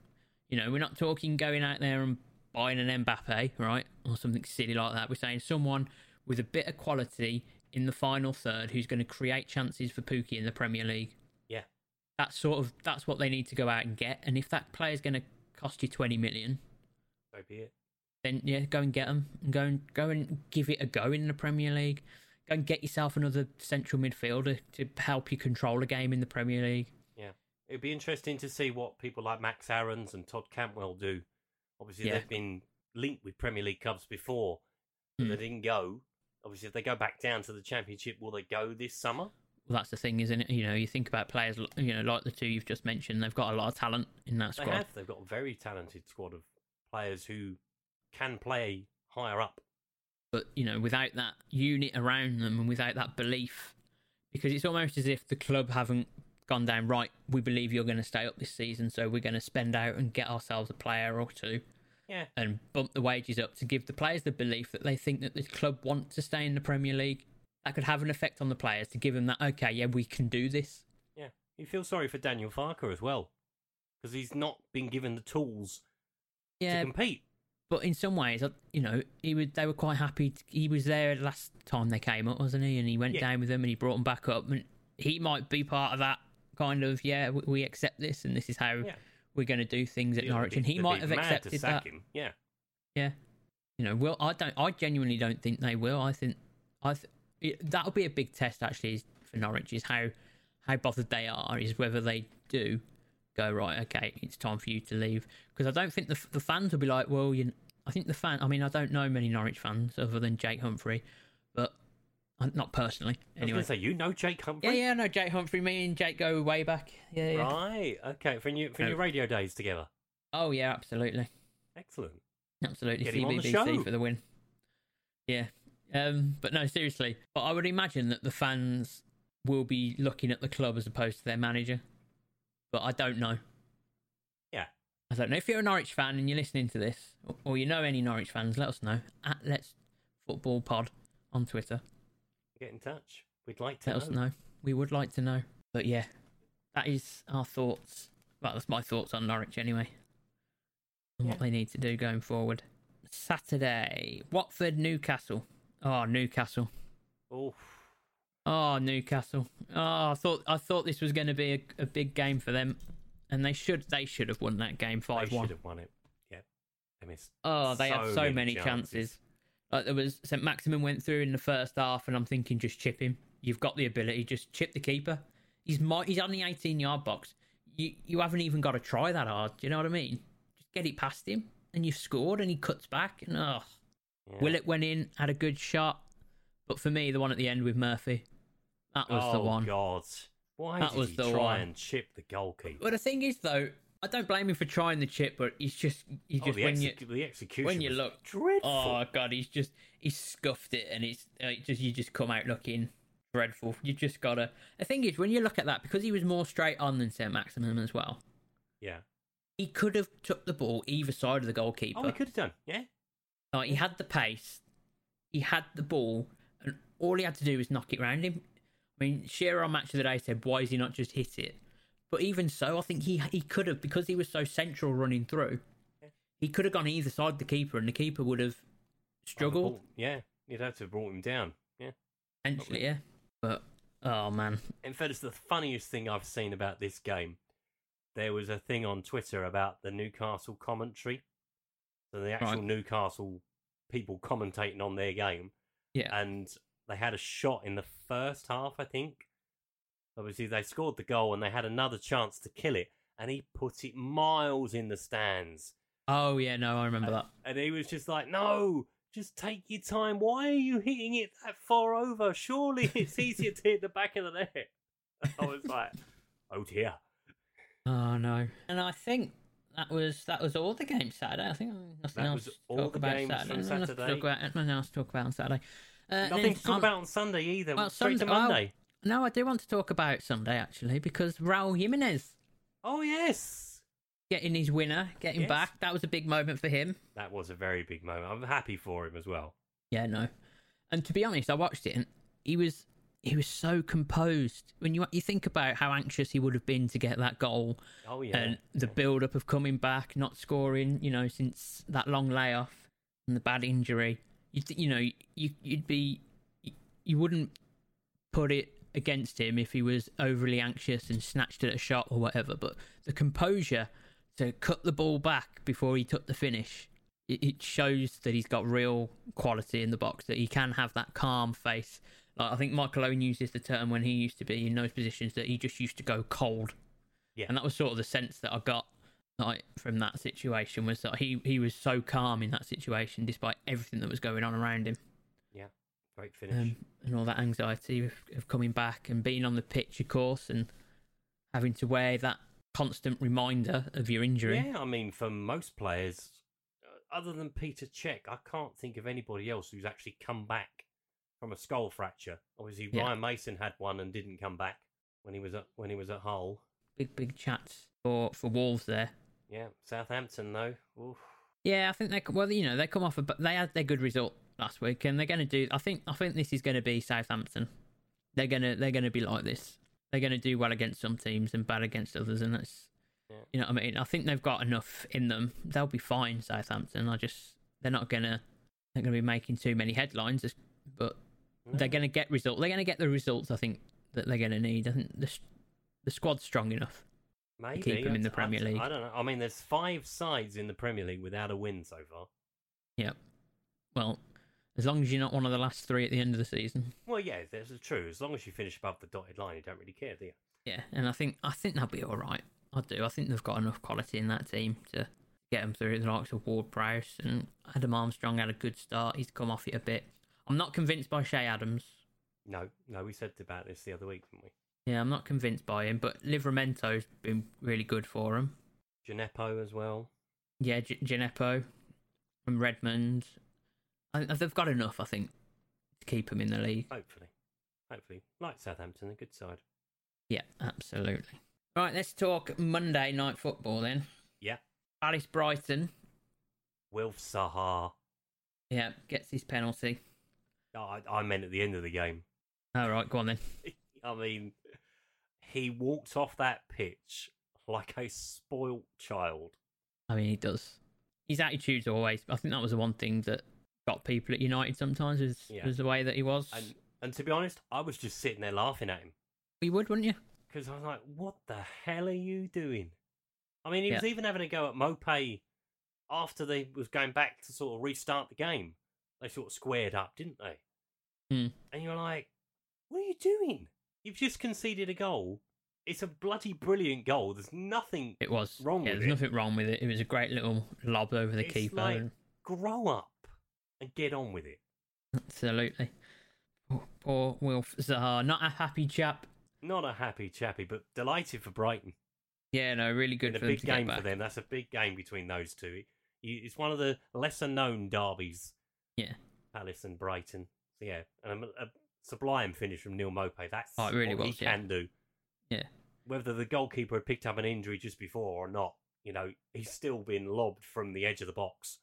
[SPEAKER 1] you know, we're not talking going out there and buying an Mbappe, right, or something silly like that. We're saying someone with a bit of quality in the final third who's going to create chances for Pookie in the Premier League
[SPEAKER 2] yeah,
[SPEAKER 1] that's sort of that's what they need to go out and get. And if that player's going to cost you twenty million,
[SPEAKER 2] so be it.
[SPEAKER 1] then yeah, go and get them. And go and go and give it a go in the Premier League. Go and get yourself another central midfielder to help you control a game in the Premier League.
[SPEAKER 2] Yeah, it'd be interesting to see what people like Max Aaron's and Todd Campbell do. Obviously,
[SPEAKER 1] Yeah.
[SPEAKER 2] they've been linked with Premier League clubs before, but
[SPEAKER 1] Hmm.
[SPEAKER 2] they didn't go. Obviously, if they go back down to the Championship, will they go this summer?
[SPEAKER 1] Well, that's the thing, isn't it? You know, you think about players, l- you know, like the two you've just mentioned. They've got a lot of talent in that
[SPEAKER 2] They
[SPEAKER 1] squad.
[SPEAKER 2] have. They've got a very talented squad of players who can play higher up.
[SPEAKER 1] but you know without that unit around them and without that belief because it's almost as if the club haven't gone down right we believe you're going to stay up this season so we're going to spend out and get ourselves a player or two
[SPEAKER 2] Yeah,
[SPEAKER 1] and bump the wages up to give the players the belief that they think that this club want to stay in the premier league that could have an effect on the players to give them that okay yeah we can do this
[SPEAKER 2] yeah. You feel sorry for Daniel Farker as well because he's not been given the tools
[SPEAKER 1] yeah
[SPEAKER 2] to compete.
[SPEAKER 1] but in some ways, I- you know, he was, they were quite happy. t he was there last time they came up, wasn't he? And he went
[SPEAKER 2] Yeah.
[SPEAKER 1] down with them and he brought them back up. And he might be part of that kind of, yeah, we, we accept this and this is how
[SPEAKER 2] Yeah.
[SPEAKER 1] we're going to do things at
[SPEAKER 2] It'd
[SPEAKER 1] Norwich.
[SPEAKER 2] be-
[SPEAKER 1] and he
[SPEAKER 2] they'd
[SPEAKER 1] might
[SPEAKER 2] be
[SPEAKER 1] have
[SPEAKER 2] mad to
[SPEAKER 1] accepted
[SPEAKER 2] sack
[SPEAKER 1] that.
[SPEAKER 2] Him. Yeah,
[SPEAKER 1] Yeah. You know, well, I don't, I genuinely don't think they will. I think, I th- it, that'll be a big test actually is, for Norwich is how, how bothered they are is whether they do go right. Okay, it's time for you to leave because I don't think the the fans will be like, well, you. I think the fan. I mean, I don't know many Norwich fans other than Jake Humphrey, but uh, not personally.
[SPEAKER 2] I
[SPEAKER 1] Anyway.
[SPEAKER 2] was going to say you know Jake Humphrey.
[SPEAKER 1] Yeah, yeah, no, Jake Humphrey. Me and Jake go way back. Yeah, yeah.
[SPEAKER 2] Right. Okay. From your from
[SPEAKER 1] No.
[SPEAKER 2] your radio days together.
[SPEAKER 1] Oh yeah, absolutely.
[SPEAKER 2] Excellent.
[SPEAKER 1] Absolutely,
[SPEAKER 2] Get him on the show.
[SPEAKER 1] CBBC for the win. Yeah, um, but no, seriously. But I would imagine that the fans will be looking at the club as opposed to their manager. But I don't know.
[SPEAKER 2] Yeah.
[SPEAKER 1] I don't know. If you're a Norwich fan and you're listening to this, or- or you know any Norwich fans, let us know at Let's Football Pod on Twitter.
[SPEAKER 2] Get in touch. We'd like to
[SPEAKER 1] Let us
[SPEAKER 2] know.
[SPEAKER 1] know. We would like to know. But yeah, that is our thoughts. Well, that's my thoughts on Norwich anyway. And
[SPEAKER 2] Yeah.
[SPEAKER 1] what they need to do going forward. Saturday, Watford, Ah, Newcastle. Oh, Newcastle.
[SPEAKER 2] Oh,
[SPEAKER 1] Oh, Newcastle. Oh, I thought I thought this was going to be a, a big game for them, and they should they should have won that game
[SPEAKER 2] They
[SPEAKER 1] five
[SPEAKER 2] should
[SPEAKER 1] one.
[SPEAKER 2] have won it. Yeah, they missed.
[SPEAKER 1] Oh, they had
[SPEAKER 2] so
[SPEAKER 1] so
[SPEAKER 2] many
[SPEAKER 1] many,
[SPEAKER 2] chances.
[SPEAKER 1] chances. Like there was St Maximin went through in the first half, and I'm thinking just chip him. You've got the ability, just chip the keeper. He's mi- he's on the 18 yard box. You you haven't even got to try that hard. Do you know what I mean? Just get it past him, and you've scored. And he cuts back, and oh,
[SPEAKER 2] Yeah.
[SPEAKER 1] Willett went in, had a good shot, but for me, the one at the end with Murphy, that was
[SPEAKER 2] oh,
[SPEAKER 1] the one.
[SPEAKER 2] God. Why
[SPEAKER 1] That
[SPEAKER 2] did
[SPEAKER 1] was
[SPEAKER 2] he
[SPEAKER 1] the
[SPEAKER 2] try
[SPEAKER 1] one.
[SPEAKER 2] and chip the goalkeeper?
[SPEAKER 1] Well, the thing is though, I don't blame him for trying the chip, but he's just he
[SPEAKER 2] oh,
[SPEAKER 1] just
[SPEAKER 2] the,
[SPEAKER 1] when you
[SPEAKER 2] exec- the execution
[SPEAKER 1] when you
[SPEAKER 2] was
[SPEAKER 1] look-
[SPEAKER 2] dreadful.
[SPEAKER 1] Oh god, he's just he's scuffed it, and it's uh, it just you just come out looking dreadful. You just gotta. The thing is, when you look at that, because he was more straight on than Saint Maximum as well,
[SPEAKER 2] yeah.
[SPEAKER 1] he could have took the ball either side of the goalkeeper.
[SPEAKER 2] Oh, he could have done. Yeah.
[SPEAKER 1] Like, he had the pace, he had the ball, and all he had to do was knock it round him. I mean, Shearer on match of the day said, "Why is he not just hit it?" But even so, I think he he could have because he was so central running through. He could have gone either side the keeper, and the keeper would have struggled.
[SPEAKER 2] Ball- Yeah. You'd have to have brought him down. Yeah.
[SPEAKER 1] Potentially, yeah. But oh man,
[SPEAKER 2] In fact, it's the funniest thing I've seen about this game. There was a thing on Twitter about the Newcastle commentary. So the actual
[SPEAKER 1] Right.
[SPEAKER 2] Newcastle people commentating on their game.
[SPEAKER 1] yeah,
[SPEAKER 2] and they had a shot in the first half, I think. Obviously, they scored the goal and they had another chance to kill it, and he put it miles in the stands.
[SPEAKER 1] oh yeah, no, I remember that.
[SPEAKER 2] And he was just like, no, just take your time. Why are you hitting it that far over? Surely it's easier to hit the back of the net. I was like, oh dear.
[SPEAKER 1] Oh no, and I think that was that was all the games Saturday. I think nothing
[SPEAKER 2] That
[SPEAKER 1] else
[SPEAKER 2] was
[SPEAKER 1] to
[SPEAKER 2] all
[SPEAKER 1] talk
[SPEAKER 2] the
[SPEAKER 1] about
[SPEAKER 2] games
[SPEAKER 1] Saturday.
[SPEAKER 2] from
[SPEAKER 1] Nothing else to
[SPEAKER 2] Saturday.
[SPEAKER 1] talk about- Nothing else to talk about on Saturday. Uh, and
[SPEAKER 2] Nothing
[SPEAKER 1] then
[SPEAKER 2] to talk
[SPEAKER 1] on-
[SPEAKER 2] about on Sunday either.
[SPEAKER 1] Well,
[SPEAKER 2] Straight to
[SPEAKER 1] Sunday- well-
[SPEAKER 2] Monday.
[SPEAKER 1] No, I do want to talk about Sunday actually because Raul Jimenez
[SPEAKER 2] Oh, yes.
[SPEAKER 1] getting his winner, getting
[SPEAKER 2] Yes.
[SPEAKER 1] back. That was a big moment for him.
[SPEAKER 2] That was a very big moment. I'm happy for him as well.
[SPEAKER 1] Yeah, no. And to be honest, I watched it and he was he was so composed. When you you think about how anxious he would have been to get that goal
[SPEAKER 2] Oh, yeah.
[SPEAKER 1] and the build up of coming back, not scoring, you know, since that long layoff and the bad injury, you th- you know, you you'd be you, you wouldn't put it against him if he was overly anxious and snatched at a shot or whatever, but the composure to cut the ball back before he took the finish. It it shows that he's got real quality in the box, that he can have that calm face. Like I think Michael Owen uses the term when he used to be in those positions that he just used to go cold
[SPEAKER 2] Yeah.
[SPEAKER 1] and that was sort of the sense that I got like from that situation was that he he was so calm in that situation despite everything that was going on around him
[SPEAKER 2] Yeah, great finish.
[SPEAKER 1] um, and all that anxiety of, of coming back and being on the pitch of course and having to wear that constant reminder of your injury
[SPEAKER 2] yeah, I mean, for most players, uh, other than Peter Cech, I can't think of anybody else who's actually come back from a skull fracture. Obviously,
[SPEAKER 1] Yeah.
[SPEAKER 2] Ryan Mason had one and didn't come back when he was at when he was at Hull.
[SPEAKER 1] big big chats for for Wolves there
[SPEAKER 2] Yeah, Southampton though. Oof.
[SPEAKER 1] yeah I think they c- well you know they come off a, but they had their good result last week and they're going to do I think I think this is going to be Southampton they're going to they're going to be like this they're going to do well against some teams and bad against others and that's You know what I mean? I think they've got enough in them. They'll be fine, Southampton. I just they're not gonna they're gonna be making too many headlines, as- but they're
[SPEAKER 2] Mm,
[SPEAKER 1] gonna get result. They're gonna get the results. I think that they're gonna need. I think the s- the squad's strong enough.
[SPEAKER 2] Maybe
[SPEAKER 1] keep him in the
[SPEAKER 2] I- I-
[SPEAKER 1] Premier League.
[SPEAKER 2] I don't know. I mean, there's five sides in the Premier League without a win so far.
[SPEAKER 1] Well, as long as you're not one of the last three at the end of the season.
[SPEAKER 2] Well, yeah, that's true. As long as you finish above the dotted line, you don't really care, do you?
[SPEAKER 1] Yeah, and I think I think they'll be all right. I do. I think they've got enough quality in that team to get them through. The likes of Ward Prowse and Adam Armstrong had a good start. He's come off it a bit. I'm not convinced by Shea Adams.
[SPEAKER 2] No, no. We said about this the other week, didn't we?
[SPEAKER 1] Yeah, I'm not convinced by him, but Livramento's been really good for him.
[SPEAKER 2] Gineppo as well.
[SPEAKER 1] Yeah, G- Gineppo from Redmond. I, they've got enough, I think, to keep him in the league.
[SPEAKER 2] Hopefully, hopefully, like Southampton, a good side.
[SPEAKER 1] Yeah, absolutely. Right, let's talk Monday night football then.
[SPEAKER 2] Yeah.
[SPEAKER 1] Alice Brighton,
[SPEAKER 2] Wilf Sahar.
[SPEAKER 1] yeah, gets his penalty.
[SPEAKER 2] Oh, I, I meant at the end of the game.
[SPEAKER 1] All right, go on then.
[SPEAKER 2] I mean, he walked off that pitch like a spoilt child.
[SPEAKER 1] I mean, he does. His attitude's always. I think that was the one thing that got people at United sometimes was,
[SPEAKER 2] Yeah.
[SPEAKER 1] was the way that he was.
[SPEAKER 2] And And to be honest, I was just sitting there laughing at him
[SPEAKER 1] You would, wouldn't you?
[SPEAKER 2] because I was like, "What the hell are you doing?" I mean, he was
[SPEAKER 1] Yeah.
[SPEAKER 2] even having a go at Mopay after they was going back to sort of restart the game. They sort of squared up, didn't they?
[SPEAKER 1] Hmm.
[SPEAKER 2] And you're like, "What are you doing? You've just conceded a goal. It's a bloody brilliant goal. There's nothing
[SPEAKER 1] It was.
[SPEAKER 2] Wrong
[SPEAKER 1] yeah,
[SPEAKER 2] with
[SPEAKER 1] there's
[SPEAKER 2] it.
[SPEAKER 1] nothing wrong with it. It was a great little lob over the
[SPEAKER 2] It's
[SPEAKER 1] keeper.
[SPEAKER 2] like-
[SPEAKER 1] and-
[SPEAKER 2] grow up and get on with it.
[SPEAKER 1] Absolutely. Poor, poor Wilf Zaha. Not a happy chap.
[SPEAKER 2] Not a happy chappy, but delighted for Brighton.
[SPEAKER 1] Yeah, no, really good
[SPEAKER 2] In a
[SPEAKER 1] for them
[SPEAKER 2] big
[SPEAKER 1] to get
[SPEAKER 2] game for
[SPEAKER 1] back.
[SPEAKER 2] them. That's a big game between those two. It- you- It's one of the lesser known derbies.
[SPEAKER 1] Yeah.
[SPEAKER 2] Palace and Brighton. So, yeah, and a, a sublime finish from Neil Mopay. That's
[SPEAKER 1] Oh, it really
[SPEAKER 2] what
[SPEAKER 1] was,
[SPEAKER 2] he
[SPEAKER 1] yeah.
[SPEAKER 2] can do.
[SPEAKER 1] Yeah.
[SPEAKER 2] Whether the goalkeeper had picked up an injury just before or not, you know, he's still been lobbed from the edge of the box.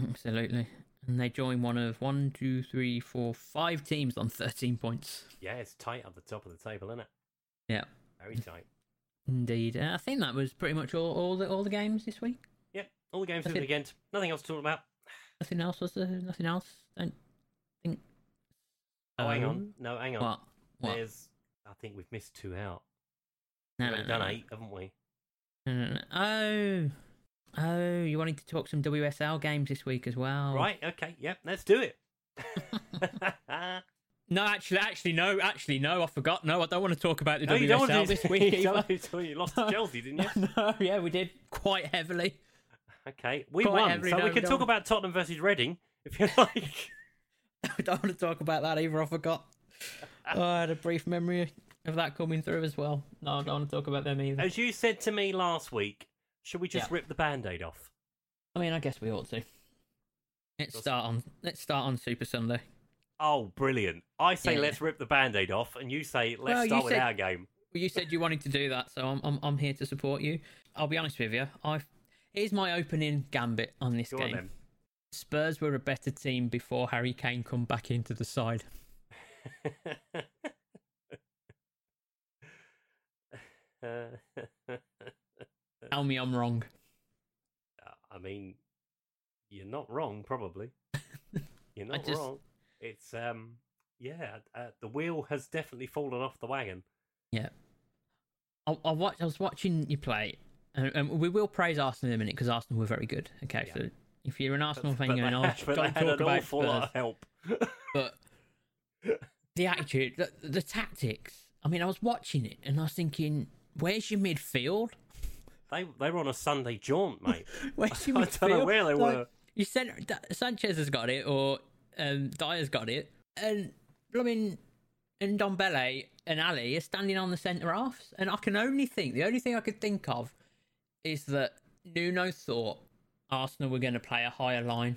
[SPEAKER 1] Absolutely. And they join one of one, two, three, four, five teams on 13 points.
[SPEAKER 2] Yeah, it's tight at the top of the table, isn't it?
[SPEAKER 1] Yeah,
[SPEAKER 2] Very tight.
[SPEAKER 1] indeed. And I think that was pretty much all, all the all the games this week.
[SPEAKER 2] Yep, all the games
[SPEAKER 1] That's
[SPEAKER 2] through the
[SPEAKER 1] it.
[SPEAKER 2] weekend. Nothing else to talk about.
[SPEAKER 1] Nothing else was there? Nothing else. Don't think.
[SPEAKER 2] Oh, hang
[SPEAKER 1] so.
[SPEAKER 2] on. No, hang on.
[SPEAKER 1] Um, What? What?
[SPEAKER 2] There's, I think we've missed two out.
[SPEAKER 1] No,
[SPEAKER 2] We've
[SPEAKER 1] no,
[SPEAKER 2] only
[SPEAKER 1] no,
[SPEAKER 2] done
[SPEAKER 1] no.
[SPEAKER 2] eight, haven't we?
[SPEAKER 1] No, no, no. Oh, oh, you wanted to talk some WSL games this week as well,
[SPEAKER 2] Right, okay, yep, let's do it.
[SPEAKER 1] No, actually, actually, no, actually, no. I forgot. No, I don't want to talk about the
[SPEAKER 2] no, you
[SPEAKER 1] WSL
[SPEAKER 2] don't want to do
[SPEAKER 1] this week.
[SPEAKER 2] you, don't
[SPEAKER 1] either.
[SPEAKER 2] want to do it. you lost to Chelsea, didn't you?
[SPEAKER 1] no, yeah, we did quite heavily.
[SPEAKER 2] Okay, we
[SPEAKER 1] Quite
[SPEAKER 2] won,
[SPEAKER 1] every
[SPEAKER 2] so
[SPEAKER 1] now
[SPEAKER 2] we
[SPEAKER 1] and
[SPEAKER 2] can talk
[SPEAKER 1] then.
[SPEAKER 2] about Tottenham versus Reading if you like.
[SPEAKER 1] I don't want to talk about that either. I forgot. Oh, I had a brief memory of that coming through as well. No, I don't want to talk about them either.
[SPEAKER 2] As you said to me last week, should we just
[SPEAKER 1] Yeah.
[SPEAKER 2] rip the band-aid off?
[SPEAKER 1] I mean, I guess we ought to. Let's start on. Let's start on Super Sunday.
[SPEAKER 2] Oh, brilliant. I say
[SPEAKER 1] Yeah.
[SPEAKER 2] let's rip the band-aid off, and you say let's
[SPEAKER 1] Well, you
[SPEAKER 2] start with
[SPEAKER 1] said-
[SPEAKER 2] our game.
[SPEAKER 1] Well, you said you wanted to do that, so I'm I'm, I'm here to support you. I'll be honest with you. I here's my opening gambit on this
[SPEAKER 2] Go on
[SPEAKER 1] game.
[SPEAKER 2] then.
[SPEAKER 1] Spurs were a better team before Harry Kane come back into the side.
[SPEAKER 2] Uh,
[SPEAKER 1] Tell me I'm wrong.
[SPEAKER 2] Uh, I mean, you're not wrong, probably. You're
[SPEAKER 1] I
[SPEAKER 2] not
[SPEAKER 1] just-
[SPEAKER 2] wrong. It's um, yeah, uh, the wheel has definitely fallen off the wagon.
[SPEAKER 1] Yeah. I, I watched. I was watching you play, and, and we will praise Arsenal in a minute because Arsenal were very good. Okay,
[SPEAKER 2] Yeah.
[SPEAKER 1] so if you're an Arsenal fan,
[SPEAKER 2] but
[SPEAKER 1] you're
[SPEAKER 2] they,
[SPEAKER 1] an
[SPEAKER 2] but
[SPEAKER 1] Arsenal.
[SPEAKER 2] they
[SPEAKER 1] Don't
[SPEAKER 2] had
[SPEAKER 1] talk
[SPEAKER 2] an
[SPEAKER 1] about
[SPEAKER 2] awful lot
[SPEAKER 1] Spurs.
[SPEAKER 2] of help.
[SPEAKER 1] But the attitude, the, the tactics. I mean, I was watching it and I was thinking, "Where's your midfield?
[SPEAKER 2] They they were on a Sunday jaunt, mate.
[SPEAKER 1] Where's your
[SPEAKER 2] I
[SPEAKER 1] midfield?"
[SPEAKER 2] don't know where they
[SPEAKER 1] Like,
[SPEAKER 2] were.
[SPEAKER 1] You sent Da- Sanchez has got it, or um, Dyer's got it, and Blooming and Dombele and Ali are standing on the centre halves, and I can only think the only thing I could think of is that Nuno thought Arsenal were going to play a higher line,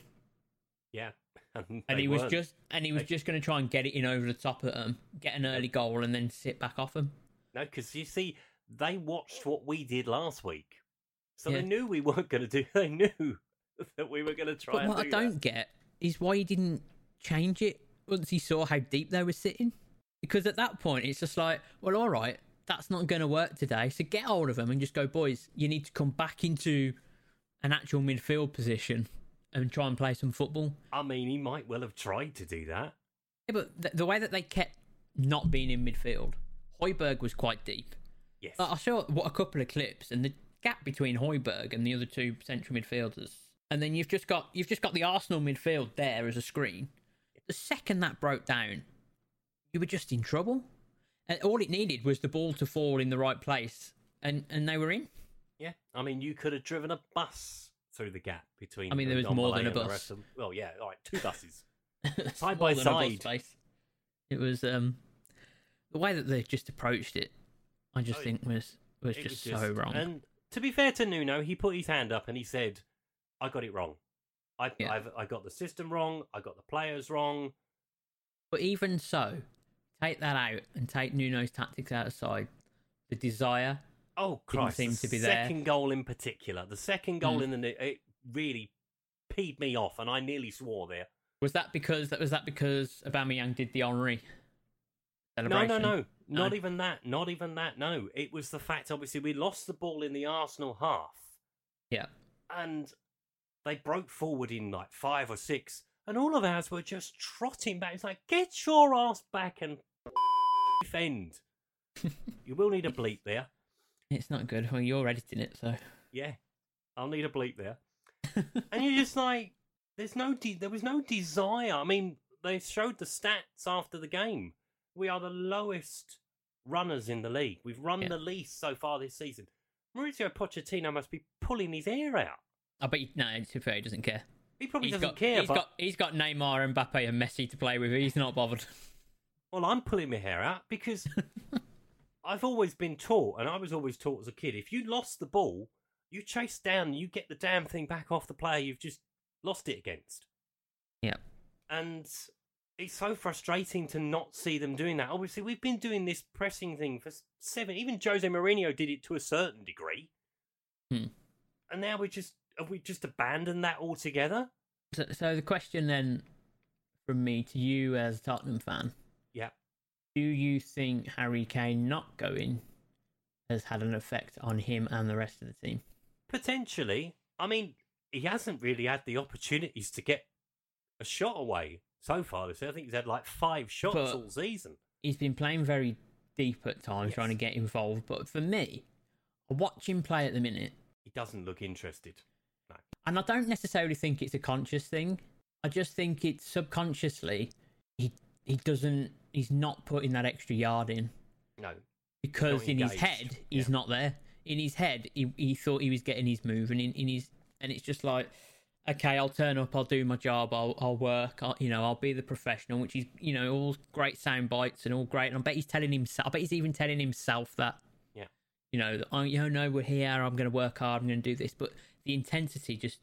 [SPEAKER 2] Yeah, and,
[SPEAKER 1] and
[SPEAKER 2] they
[SPEAKER 1] he was
[SPEAKER 2] weren't.
[SPEAKER 1] just and he was just going to try and get it in over the top of them, get an early goal, and then sit back off them.
[SPEAKER 2] no, because you see, they watched what we did last week, so
[SPEAKER 1] Yeah.
[SPEAKER 2] they knew we weren't going to do. They knew that we were going to try.
[SPEAKER 1] But
[SPEAKER 2] and
[SPEAKER 1] what I
[SPEAKER 2] do that.
[SPEAKER 1] don't get is why he didn't change it once he saw how deep they were sitting. Because at that point, it's just like, well, all right, that's not going to work today. So get hold of them and just go, boys, you need to come back into an actual midfield position and try and play some football.
[SPEAKER 2] I mean, he might well have tried to do that.
[SPEAKER 1] Yeah, but th- the way that they kept not being in midfield, Hoiberg was quite deep.
[SPEAKER 2] Yes.
[SPEAKER 1] Like, I saw what a couple of clips, and the gap between Hoiberg and the other two central midfielders, and then you've just got you've just got the Arsenal midfield there as a screen. The second that broke down, you were just in trouble, and all it needed was the ball to fall in the right place, and and they were in.
[SPEAKER 2] Yeah, I mean, you could have driven a bus through the gap between.
[SPEAKER 1] I mean, there was
[SPEAKER 2] Ndombele
[SPEAKER 1] more than a
[SPEAKER 2] and the
[SPEAKER 1] bus.
[SPEAKER 2] rest of- well, yeah, all right, two buses. Side
[SPEAKER 1] More
[SPEAKER 2] by
[SPEAKER 1] than a bus
[SPEAKER 2] side.
[SPEAKER 1] space. It was um the way that they just approached it. I just
[SPEAKER 2] Oh, it-
[SPEAKER 1] think was was
[SPEAKER 2] It
[SPEAKER 1] just,
[SPEAKER 2] was
[SPEAKER 1] so wrong.
[SPEAKER 2] And to be fair to Nuno, he put his hand up and he said, "I got it wrong. I,
[SPEAKER 1] Yeah.
[SPEAKER 2] I've, I got the system wrong. I got the players wrong."
[SPEAKER 1] But even so, take that out and take Nuno's tactics outside. The desire,
[SPEAKER 2] Oh Christ!
[SPEAKER 1] seem
[SPEAKER 2] the
[SPEAKER 1] to be there.
[SPEAKER 2] second goal in particular, the second goal
[SPEAKER 1] Mm.
[SPEAKER 2] in the ne- it really peed me off, and I nearly swore there.
[SPEAKER 1] was that because that was that because Aubameyang did the Henri
[SPEAKER 2] No,
[SPEAKER 1] celebration?
[SPEAKER 2] no, no. Not
[SPEAKER 1] No.
[SPEAKER 2] even that. Not even that. No. It was the fact, obviously, we lost the ball in the Arsenal half.
[SPEAKER 1] Yeah,
[SPEAKER 2] and they broke forward in like five or six, And all of ours were just trotting back. It's like, get your ass back and defend. you will need a bleep there.
[SPEAKER 1] It's not good. Well, you're editing it, so
[SPEAKER 2] Yeah, I'll need a bleep there. and you're just like, there's no, de- there was no desire. I mean, they showed the stats after the game. We are the lowest runners in the league. We've run
[SPEAKER 1] Yeah.
[SPEAKER 2] the least so far this season. Mauricio Pochettino must be pulling his hair out.
[SPEAKER 1] I bet you, no, to be fair, he doesn't care.
[SPEAKER 2] He probably
[SPEAKER 1] He's
[SPEAKER 2] doesn't
[SPEAKER 1] got,
[SPEAKER 2] care.
[SPEAKER 1] he's
[SPEAKER 2] But
[SPEAKER 1] got he's got Neymar, Mbappe, and Messi to play with. He's not bothered.
[SPEAKER 2] well, I'm pulling my hair out because I've always been taught, and I was always taught as a kid, if you lost the ball, you chase down, and you get the damn thing back off the player you've just lost it against.
[SPEAKER 1] Yeah,
[SPEAKER 2] and it's so frustrating to not see them doing that. Obviously, we've been doing this pressing thing for s- seven. Even Jose Mourinho did it to a certain degree,
[SPEAKER 1] Hmm.
[SPEAKER 2] and now we just have we just abandoned that altogether.
[SPEAKER 1] So, so the question then from me to you as a Tottenham fan:
[SPEAKER 2] Yeah,
[SPEAKER 1] Do you think Harry Kane not going has had an effect on him and the rest of the team?
[SPEAKER 2] potentially. I mean, he hasn't really had the opportunities to get a shot away so far. This year. I think he's had like five shots
[SPEAKER 1] But-
[SPEAKER 2] all season.
[SPEAKER 1] He's been playing very deep at times,
[SPEAKER 2] Yes.
[SPEAKER 1] trying to get involved. But for me, I watch him play at the minute,
[SPEAKER 2] He doesn't look interested. No.
[SPEAKER 1] and I don't necessarily think it's a conscious thing. I just think it's subconsciously he he doesn't he's not putting that extra yard in.
[SPEAKER 2] No,
[SPEAKER 1] because
[SPEAKER 2] not
[SPEAKER 1] in his
[SPEAKER 2] engaged.
[SPEAKER 1] head he's not there. In his head, he, he thought he was getting his move, and in, in his and it's just like, okay, I'll turn up, I'll do my job, I'll I'll work, I'll, you know, I'll be the professional, which is you know all great sound bites and all great. And I bet he's telling himself, I bet he's even telling himself that,
[SPEAKER 2] Yeah.
[SPEAKER 1] you know, that, oh, you know, no, we're here, I'm going to work hard, I'm going to do this, but the intensity just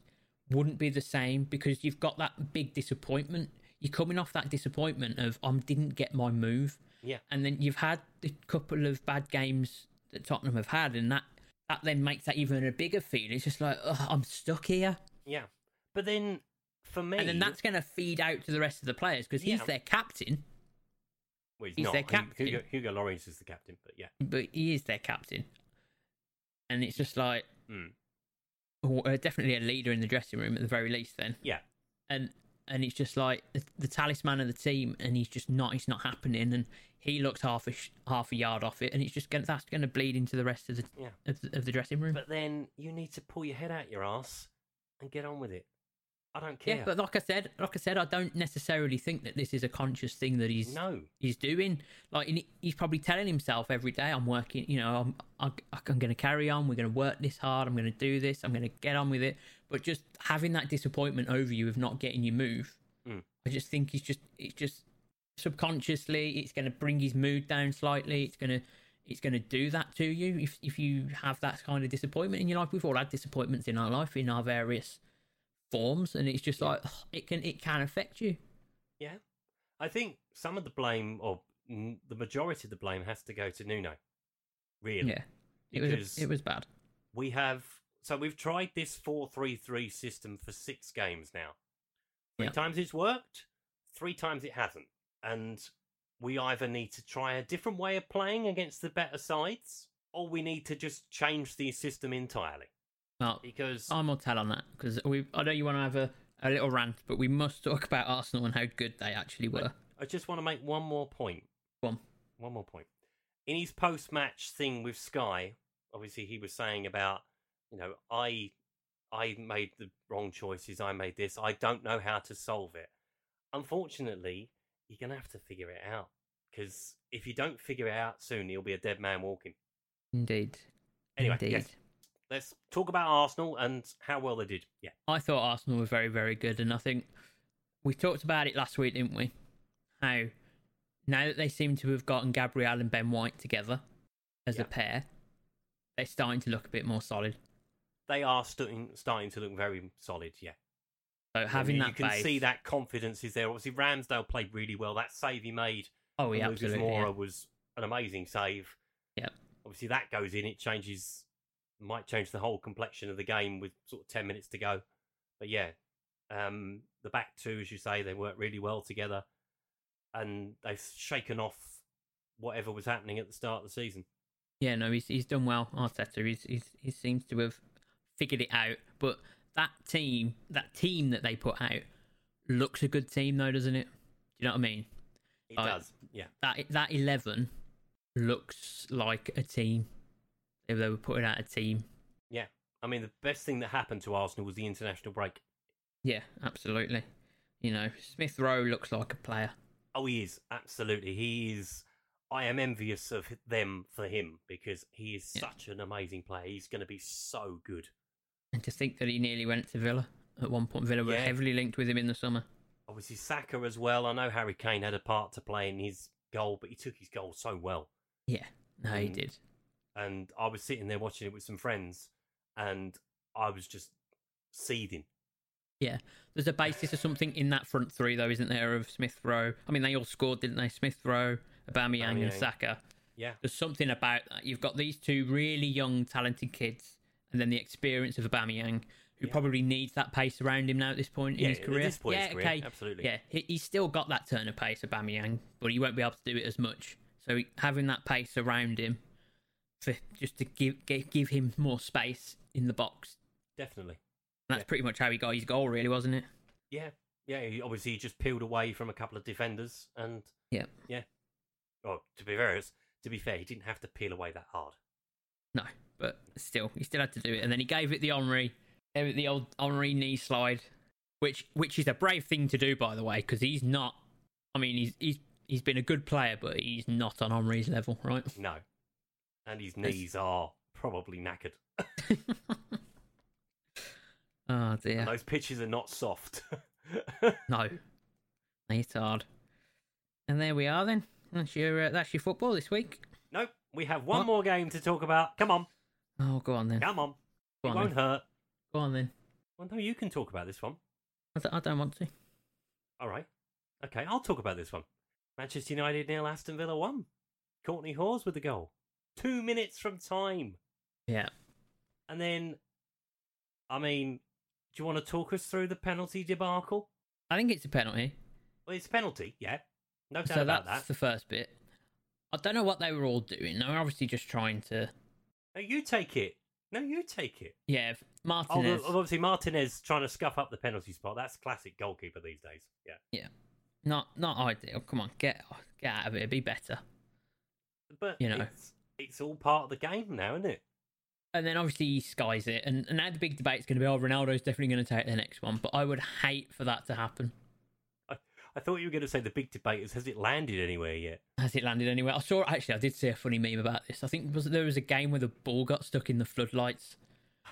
[SPEAKER 1] wouldn't be the same because you've got that big disappointment. You're coming off that disappointment of I didn't get my move
[SPEAKER 2] yeah.
[SPEAKER 1] and then you've had a couple of bad games that Tottenham have had, and that that then makes that even a bigger feel. It's just like "Ugh, I'm stuck here,
[SPEAKER 2] Yeah. But then for me,
[SPEAKER 1] and then that's going to feed out to the rest of the players because he's
[SPEAKER 2] Yeah.
[SPEAKER 1] their captain,
[SPEAKER 2] well, he's,
[SPEAKER 1] he's
[SPEAKER 2] not.
[SPEAKER 1] their
[SPEAKER 2] Hu-
[SPEAKER 1] captain.
[SPEAKER 2] Hugo, Hugo Lloris is the captain, but yeah.
[SPEAKER 1] but he is their captain, and it's just like
[SPEAKER 2] Mm.
[SPEAKER 1] oh, uh, definitely a leader in the dressing room at the very least. Then
[SPEAKER 2] Yeah.
[SPEAKER 1] and and it's just like the, the talisman of the team, and he's just not. It's not happening, and he looks half a sh- half a yard off it, and it's just going that's going to bleed into the rest of the
[SPEAKER 2] Yeah.
[SPEAKER 1] of, the- of the dressing room.
[SPEAKER 2] But then you need to pull your head out your ass and get on with it. I don't care.
[SPEAKER 1] Yeah, but like I said, like I said, I don't necessarily think that this is a conscious thing that he's
[SPEAKER 2] no.
[SPEAKER 1] he's doing. Like and he- he's probably telling himself every day, "I'm working. You know, I'm I, I'm going to carry on. We're going to work this hard. I'm going to do this. I'm going to get on with it." But just having that disappointment over you of not getting your move,
[SPEAKER 2] Mm.
[SPEAKER 1] I just think he's just it's just subconsciously it's going to bring his mood down slightly. It's going to it's going to do that to you if if you have that kind of disappointment in your life. We've all had disappointments in our life in our various forms and it's just like ugh, it can it can affect you
[SPEAKER 2] Yeah. I think some of the blame, or mm, the majority of the blame, has to go to Nuno. Really.
[SPEAKER 1] yeah it was
[SPEAKER 2] Because-
[SPEAKER 1] it was bad
[SPEAKER 2] we have so we've tried this 4-3-3 system for six games now three
[SPEAKER 1] Yeah.
[SPEAKER 2] times it's worked three times it hasn't and we either need to try a different way of playing against the better sides or we need to just change the system entirely
[SPEAKER 1] well
[SPEAKER 2] because
[SPEAKER 1] i'm on tell on that because we i know you want to have a, a little rant but we must talk about arsenal and how good they actually were
[SPEAKER 2] i just want to make one more point
[SPEAKER 1] Go on.
[SPEAKER 2] one more point. In his post match thing with Sky, obviously he was saying about, you know, I I made the wrong choices, I made this, I don't know how to solve it. Unfortunately, you're gonna have to figure it out. Because if you don't figure it out soon, he'll be a dead man walking.
[SPEAKER 1] indeed
[SPEAKER 2] Anyway,
[SPEAKER 1] indeed
[SPEAKER 2] yes, let's talk about Arsenal and how well they did. Yeah.
[SPEAKER 1] i thought arsenal were very very good and i think we talked about it last week didn't we how now that they seem to have gotten gabrielle and ben white together as
[SPEAKER 2] Yeah.
[SPEAKER 1] a pair they're starting to look a bit more solid
[SPEAKER 2] They are starting starting to look very solid, yeah.
[SPEAKER 1] so
[SPEAKER 2] I
[SPEAKER 1] having
[SPEAKER 2] mean,
[SPEAKER 1] that
[SPEAKER 2] you can
[SPEAKER 1] base,
[SPEAKER 2] see that confidence is there. Obviously Ramsdale played really well. That save he made
[SPEAKER 1] oh yeah
[SPEAKER 2] and Lucas
[SPEAKER 1] absolutely
[SPEAKER 2] Moura
[SPEAKER 1] yeah.
[SPEAKER 2] was an amazing save.
[SPEAKER 1] Yep.
[SPEAKER 2] Obviously, that goes in. It changes, might change the whole complexion of the game with sort of 10 minutes to go. But yeah, um, the back two, as you say, they work really well together and they've shaken off whatever was happening at the start of the season.
[SPEAKER 1] Yeah, no, he's he's done well, Arteta. He's, he's he seems to have figured it out. But that team, that team that they put out, looks a good team, though, doesn't it? Do you know what I mean?
[SPEAKER 2] It
[SPEAKER 1] I-
[SPEAKER 2] does. Yeah.
[SPEAKER 1] That that eleven looks like a team. If they were putting out a team,
[SPEAKER 2] I mean, the best thing that happened to Arsenal was the international break.
[SPEAKER 1] yeah, absolutely. You know, Smith Rowe looks like a player.
[SPEAKER 2] Oh, he is absolutely. He is. I am envious of them for him because he is
[SPEAKER 1] Yeah.
[SPEAKER 2] such an amazing player. He's going to be so good.
[SPEAKER 1] And to think that he nearly went to Villa at one point. Villa were
[SPEAKER 2] Yeah.
[SPEAKER 1] heavily linked with him in the summer.
[SPEAKER 2] Obviously, Saka as well. I know Harry Kane had a part to play in his goal, but he took his goal so well.
[SPEAKER 1] Yeah, no, he
[SPEAKER 2] Mm.
[SPEAKER 1] did.
[SPEAKER 2] And I was sitting there watching it with some friends, and I was just seething.
[SPEAKER 1] Yeah, there's a basis of something in that front three, though, isn't there? Of Smith Rowe. I mean, they all scored, didn't they? Smith Rowe, Aubameyang, and
[SPEAKER 2] Aubameyang.
[SPEAKER 1] Saka.
[SPEAKER 2] Yeah,
[SPEAKER 1] There's something about that. You've got these two really young, talented kids, and then the experience of Aubameyang, who
[SPEAKER 2] Yeah.
[SPEAKER 1] probably needs that pace around him now at this point
[SPEAKER 2] Yeah,
[SPEAKER 1] in his
[SPEAKER 2] at
[SPEAKER 1] career.
[SPEAKER 2] this point in
[SPEAKER 1] yeah,
[SPEAKER 2] his career,
[SPEAKER 1] okay,
[SPEAKER 2] absolutely.
[SPEAKER 1] Yeah, he, he's still got that turn of pace, Aubameyang, but he won't be able to do it as much. So he- having that pace around him, for just to give give, give him more space in the box,
[SPEAKER 2] definitely.
[SPEAKER 1] that's
[SPEAKER 2] Yeah.
[SPEAKER 1] pretty much how he got his goal, really, wasn't it?
[SPEAKER 2] Yeah, yeah. He, obviously, he just peeled away from a couple of defenders, and
[SPEAKER 1] Yeah.
[SPEAKER 2] yeah. Well, to be fair, to be fair, he didn't have to peel away that hard.
[SPEAKER 1] No, but still, he still had to do it. And then he gave it the Henri, gave it the old Henri knee slide, which which is a brave thing to do, by the way, because he's not. I mean, he's he's he's been a good player, but he's not on Henri's level, right?
[SPEAKER 2] No, and his
[SPEAKER 1] It's-
[SPEAKER 2] knees are probably knackered.
[SPEAKER 1] Oh
[SPEAKER 2] And
[SPEAKER 1] dear,
[SPEAKER 2] those pitches are not soft.
[SPEAKER 1] no, it's hard. And there we are then. That's your uh, that's your football this week.
[SPEAKER 2] nope. We have one
[SPEAKER 1] What?
[SPEAKER 2] more game to talk about. Come on,
[SPEAKER 1] Oh, go on then.
[SPEAKER 2] come on.
[SPEAKER 1] Go
[SPEAKER 2] it
[SPEAKER 1] on
[SPEAKER 2] won't
[SPEAKER 1] then.
[SPEAKER 2] hurt.
[SPEAKER 1] Go on then.
[SPEAKER 2] Well, no, you can talk about this one.
[SPEAKER 1] I, d- I don't want to.
[SPEAKER 2] All right. Okay, I'll talk about this one. Manchester United nil, Aston Villa one. Courtney Hawes with the goal. Two minutes from time.
[SPEAKER 1] Yeah.
[SPEAKER 2] And then, I mean, do you want to talk us through the penalty debacle?
[SPEAKER 1] I think it's a penalty.
[SPEAKER 2] Well, it's a penalty, yeah. No doubt
[SPEAKER 1] so
[SPEAKER 2] about
[SPEAKER 1] that's
[SPEAKER 2] that.
[SPEAKER 1] the first bit. I don't know what they were all doing. They were obviously just trying to.
[SPEAKER 2] No, you take it. No, you take it.
[SPEAKER 1] Yeah,
[SPEAKER 2] Oh,
[SPEAKER 1] Martinez.
[SPEAKER 2] well, obviously, Martinez trying to scuff up the penalty spot. That's classic goalkeeper these days. Yeah.
[SPEAKER 1] Not not ideal. Come on, get get out of it. Be better.
[SPEAKER 2] But
[SPEAKER 1] You know.
[SPEAKER 2] it's, it's all part of the game now, isn't it?
[SPEAKER 1] And then obviously he skies it, and, and now the big debate's going to be, oh, Ronaldo's definitely going to take the next one. But I would hate for that to happen.
[SPEAKER 2] I thought you were going to say the big debate is has it landed anywhere yet?
[SPEAKER 1] Has it landed anywhere? I saw actually, I did see a funny meme about this. I think was there was a game where the ball got stuck in the floodlights,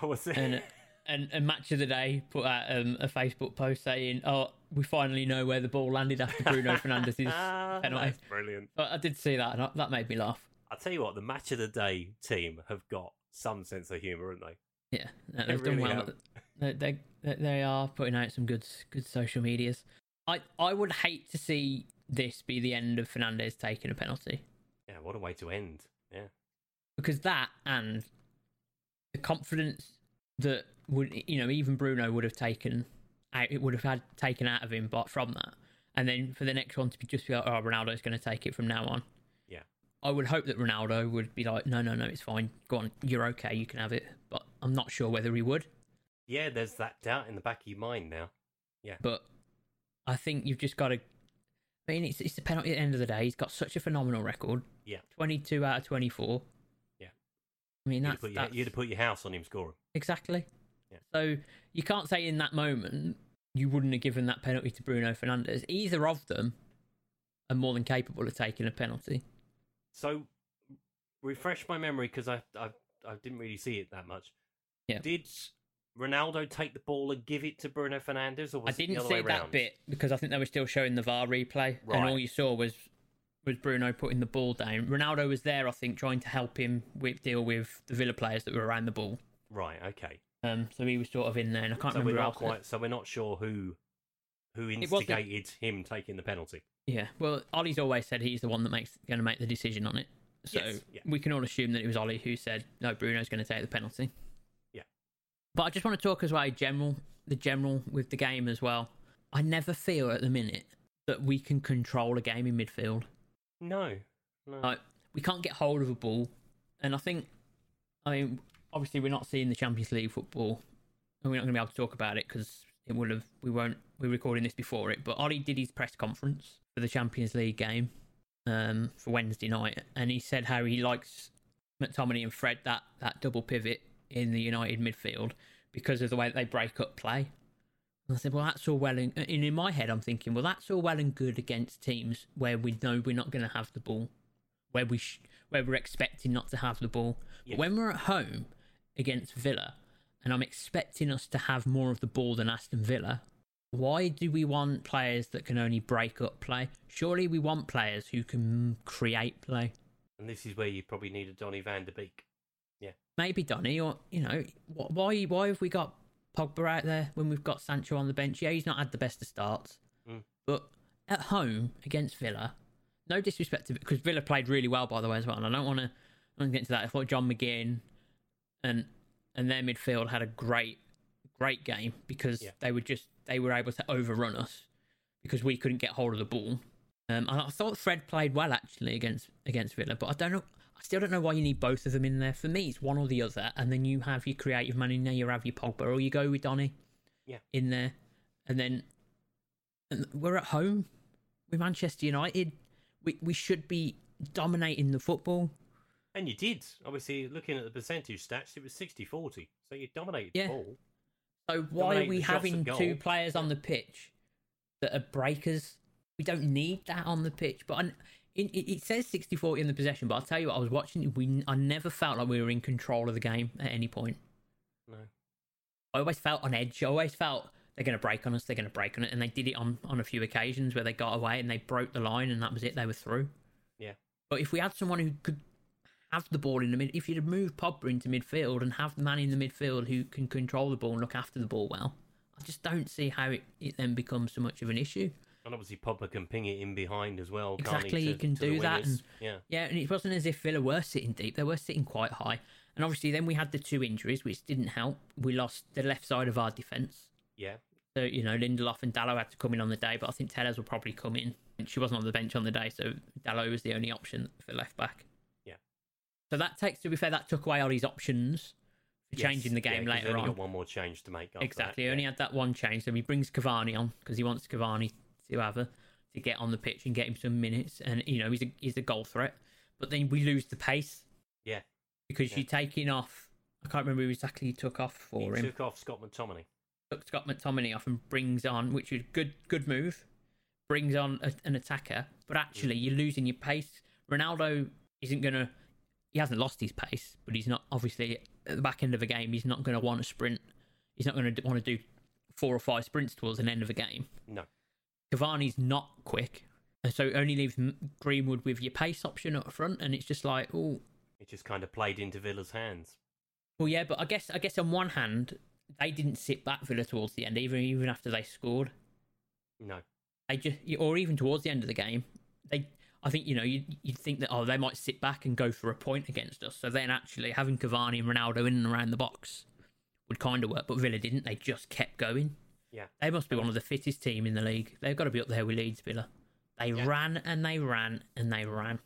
[SPEAKER 2] Was it?
[SPEAKER 1] and and, and match of the day put out um, a Facebook post saying, oh, we finally know where the ball landed after Bruno Fernandes's
[SPEAKER 2] Ah,
[SPEAKER 1] penalty.
[SPEAKER 2] that's brilliant.
[SPEAKER 1] But I did see that, and I, that made me laugh.
[SPEAKER 2] I'll tell you what, the match of the day team have got some sense of humour, haven't they?
[SPEAKER 1] Yeah, no,
[SPEAKER 2] They
[SPEAKER 1] they've done
[SPEAKER 2] really
[SPEAKER 1] well.
[SPEAKER 2] have.
[SPEAKER 1] They, they they- they are putting out some good good social medias. I I would hate to see this be the end of Fernandez taking a penalty
[SPEAKER 2] Yeah, what a way to end. Yeah.
[SPEAKER 1] because that and the confidence that would you know even Bruno would have taken out it would have had taken out of him but from that and then for the next one to be just be like oh Ronaldo's going to take it from now on
[SPEAKER 2] Yeah.
[SPEAKER 1] I would hope that Ronaldo would be like no no no it's fine go on you're okay you can have it but I'm not sure whether he would
[SPEAKER 2] Yeah, there's that doubt in the back of your mind now.
[SPEAKER 1] but I think you've just got to. I mean, it's it's the penalty at the end of the day. He's got such a phenomenal record.
[SPEAKER 2] Yeah.
[SPEAKER 1] twenty-two out of twenty-four.
[SPEAKER 2] Yeah.
[SPEAKER 1] I mean
[SPEAKER 2] You'd
[SPEAKER 1] that's,
[SPEAKER 2] have, put your,
[SPEAKER 1] that's
[SPEAKER 2] you'd have put your house on him scoring.
[SPEAKER 1] exactly.
[SPEAKER 2] Yeah.
[SPEAKER 1] So you can't say in that moment you wouldn't have given that penalty to Bruno Fernandez. Either of them are more than capable of taking a penalty.
[SPEAKER 2] So, refresh my memory because I, I I didn't really see it that much.
[SPEAKER 1] Yeah.
[SPEAKER 2] Did Ronaldo take the ball and give it to Bruno Fernandez, or was
[SPEAKER 1] I didn't
[SPEAKER 2] it the other
[SPEAKER 1] see
[SPEAKER 2] way
[SPEAKER 1] that
[SPEAKER 2] round?
[SPEAKER 1] bit because I think they were still showing the VAR replay, and
[SPEAKER 2] Right.
[SPEAKER 1] all you saw was was Bruno putting the ball down. Ronaldo was there, I think, trying to help him with, deal with the Villa players that were around the ball.
[SPEAKER 2] Right. Okay.
[SPEAKER 1] Um, so he was sort of in there, and I can't
[SPEAKER 2] so we're
[SPEAKER 1] remember
[SPEAKER 2] not
[SPEAKER 1] else.
[SPEAKER 2] quite. So we're not sure who who
[SPEAKER 1] wasn't-
[SPEAKER 2] instigated him taking the penalty.
[SPEAKER 1] Yeah, well, Ollie's always said he's the one that makes going to make the decision on it. So
[SPEAKER 2] Yes, yeah.
[SPEAKER 1] we can all assume that it was Ollie who said no. Bruno's going to take the penalty.
[SPEAKER 2] Yeah.
[SPEAKER 1] but I just want to talk as well in general the general with the game as well. I never feel at the minute that we can control a game in midfield.
[SPEAKER 2] No. No.
[SPEAKER 1] Like we can't get hold of a ball, and I think, I mean, obviously we're not seeing the Champions League football, and we're not going to be able to talk about it because It will have. We won't. We're recording this before it, but Ollie did his press conference for the Champions League game um, for Wednesday night, and he said how he likes McTominay and Fred that that double pivot in the United midfield because of the way that they break up play. And I said, well, that's all well and, and in my head, I'm thinking, well, that's all well and good against teams where we know we're not going to have the ball, where we sh- where we're expecting not to have the ball.
[SPEAKER 2] Yes.
[SPEAKER 1] But when we're at home against Villa, and I'm expecting us to have more of the ball than Aston Villa, why do we want players that can only break up play? Surely we want players who can create play.
[SPEAKER 2] And this is where you probably need a Donny van der Beek.
[SPEAKER 1] maybe Donny, or you know, wh- why why have we got Pogba out there when we've got Sancho on the bench? Yeah, he's not had the best of starts,
[SPEAKER 2] Mm.
[SPEAKER 1] but at home against Villa, no disrespect to because Villa played really well by the way as well, and I don't want to I don't get into that. I thought John McGinn and and their midfield had a great great game because
[SPEAKER 2] Yeah.
[SPEAKER 1] they were just they were able to overrun us because we couldn't get hold of the ball. Um, and I thought Fred played well actually against against Villa, but I don't know. I still don't know why you need both of them in there. For me, it's one or the other, and then you have your creative man in there, you have your Pogba, or you go with Donny,
[SPEAKER 2] Yeah.
[SPEAKER 1] in there, and then and we're at home with Manchester United. We we should be dominating the football.
[SPEAKER 2] And you did. Obviously, looking at the percentage stats, it was 60 40. So you dominated
[SPEAKER 1] Yeah.
[SPEAKER 2] the ball.
[SPEAKER 1] So why are
[SPEAKER 2] Dominating
[SPEAKER 1] we
[SPEAKER 2] the shots
[SPEAKER 1] having
[SPEAKER 2] at goal.
[SPEAKER 1] two players on the pitch that are breakers? We don't need that on the pitch. But I, it, it it says 60-40 in the possession. But I'll tell you what, I was watching. We I never felt like we were in control of the game at any point.
[SPEAKER 2] No.
[SPEAKER 1] I always felt on edge. I always felt they're going to break on us. They're going to break on it, and they did it on on a few occasions where they got away and they broke the line, and that was it. They were through.
[SPEAKER 2] Yeah.
[SPEAKER 1] But if we had someone who could have the ball in the mid, if you'd have moved Pogba into midfield and have the man in the midfield who can control the ball and look after the ball well, I just don't see how it, it then becomes so much of an issue.
[SPEAKER 2] And obviously, Pogba can ping it in behind as well. can't
[SPEAKER 1] Exactly,
[SPEAKER 2] To,
[SPEAKER 1] he can
[SPEAKER 2] to the
[SPEAKER 1] do that
[SPEAKER 2] wingers.
[SPEAKER 1] and-
[SPEAKER 2] Yeah.
[SPEAKER 1] Yeah, and it wasn't as if Villa were sitting deep; they were sitting quite high. And obviously, then we had the two injuries, which didn't help. We lost the left side of our defence.
[SPEAKER 2] Yeah.
[SPEAKER 1] So, you know, Lindelof and Dallow had to come in on the day, but I think Tellers will probably come in. And She wasn't on the bench on the day, so Dallow was the only option for left back.
[SPEAKER 2] Yeah.
[SPEAKER 1] So that takes, to be fair, that took away all his options for changing the game
[SPEAKER 2] Yes, yeah, 'cause they
[SPEAKER 1] later
[SPEAKER 2] only
[SPEAKER 1] on.
[SPEAKER 2] Got one more change to make. after that,
[SPEAKER 1] Exactly.
[SPEAKER 2] yeah.
[SPEAKER 1] Only had that one change. So he brings Cavani on because he wants Cavani to have a, to get on the pitch and get him some minutes. And, you know, he's a, he's a goal threat. But then we lose the pace.
[SPEAKER 2] Yeah.
[SPEAKER 1] Because
[SPEAKER 2] Yeah.
[SPEAKER 1] you're taking off. I can't remember who exactly you took off for
[SPEAKER 2] he
[SPEAKER 1] him
[SPEAKER 2] took off Scott McTominay.
[SPEAKER 1] took Scott McTominay off and brings on, which is good, good move. Brings on a, an attacker, but actually you're losing your pace. Ronaldo isn't gonna. He hasn't lost his pace, but he's not obviously at the back end of a game. He's not gonna want to sprint. He's not gonna want to do four or five sprints towards an end of a game.
[SPEAKER 2] No.
[SPEAKER 1] Cavani's not quick, and so it only leaves M- Greenwood with your pace option up front, and it's just like, oh,
[SPEAKER 2] It just kind of played into Villa's hands.
[SPEAKER 1] Well, yeah, but I guess I guess on one hand they didn't sit back Villa towards the end, even even after they scored.
[SPEAKER 2] No.
[SPEAKER 1] They just, or even towards the end of the game, they. I think you know you you'd think that oh they might sit back and go for a point against us. So then actually having Cavani and Ronaldo in and around the box would kind of work, but Villa didn't. They just kept going.
[SPEAKER 2] Yeah.
[SPEAKER 1] They must be one of the fittest team in the league. They've got to be up there with Leeds Villa. They
[SPEAKER 2] Yeah.
[SPEAKER 1] ran and they ran and they ran.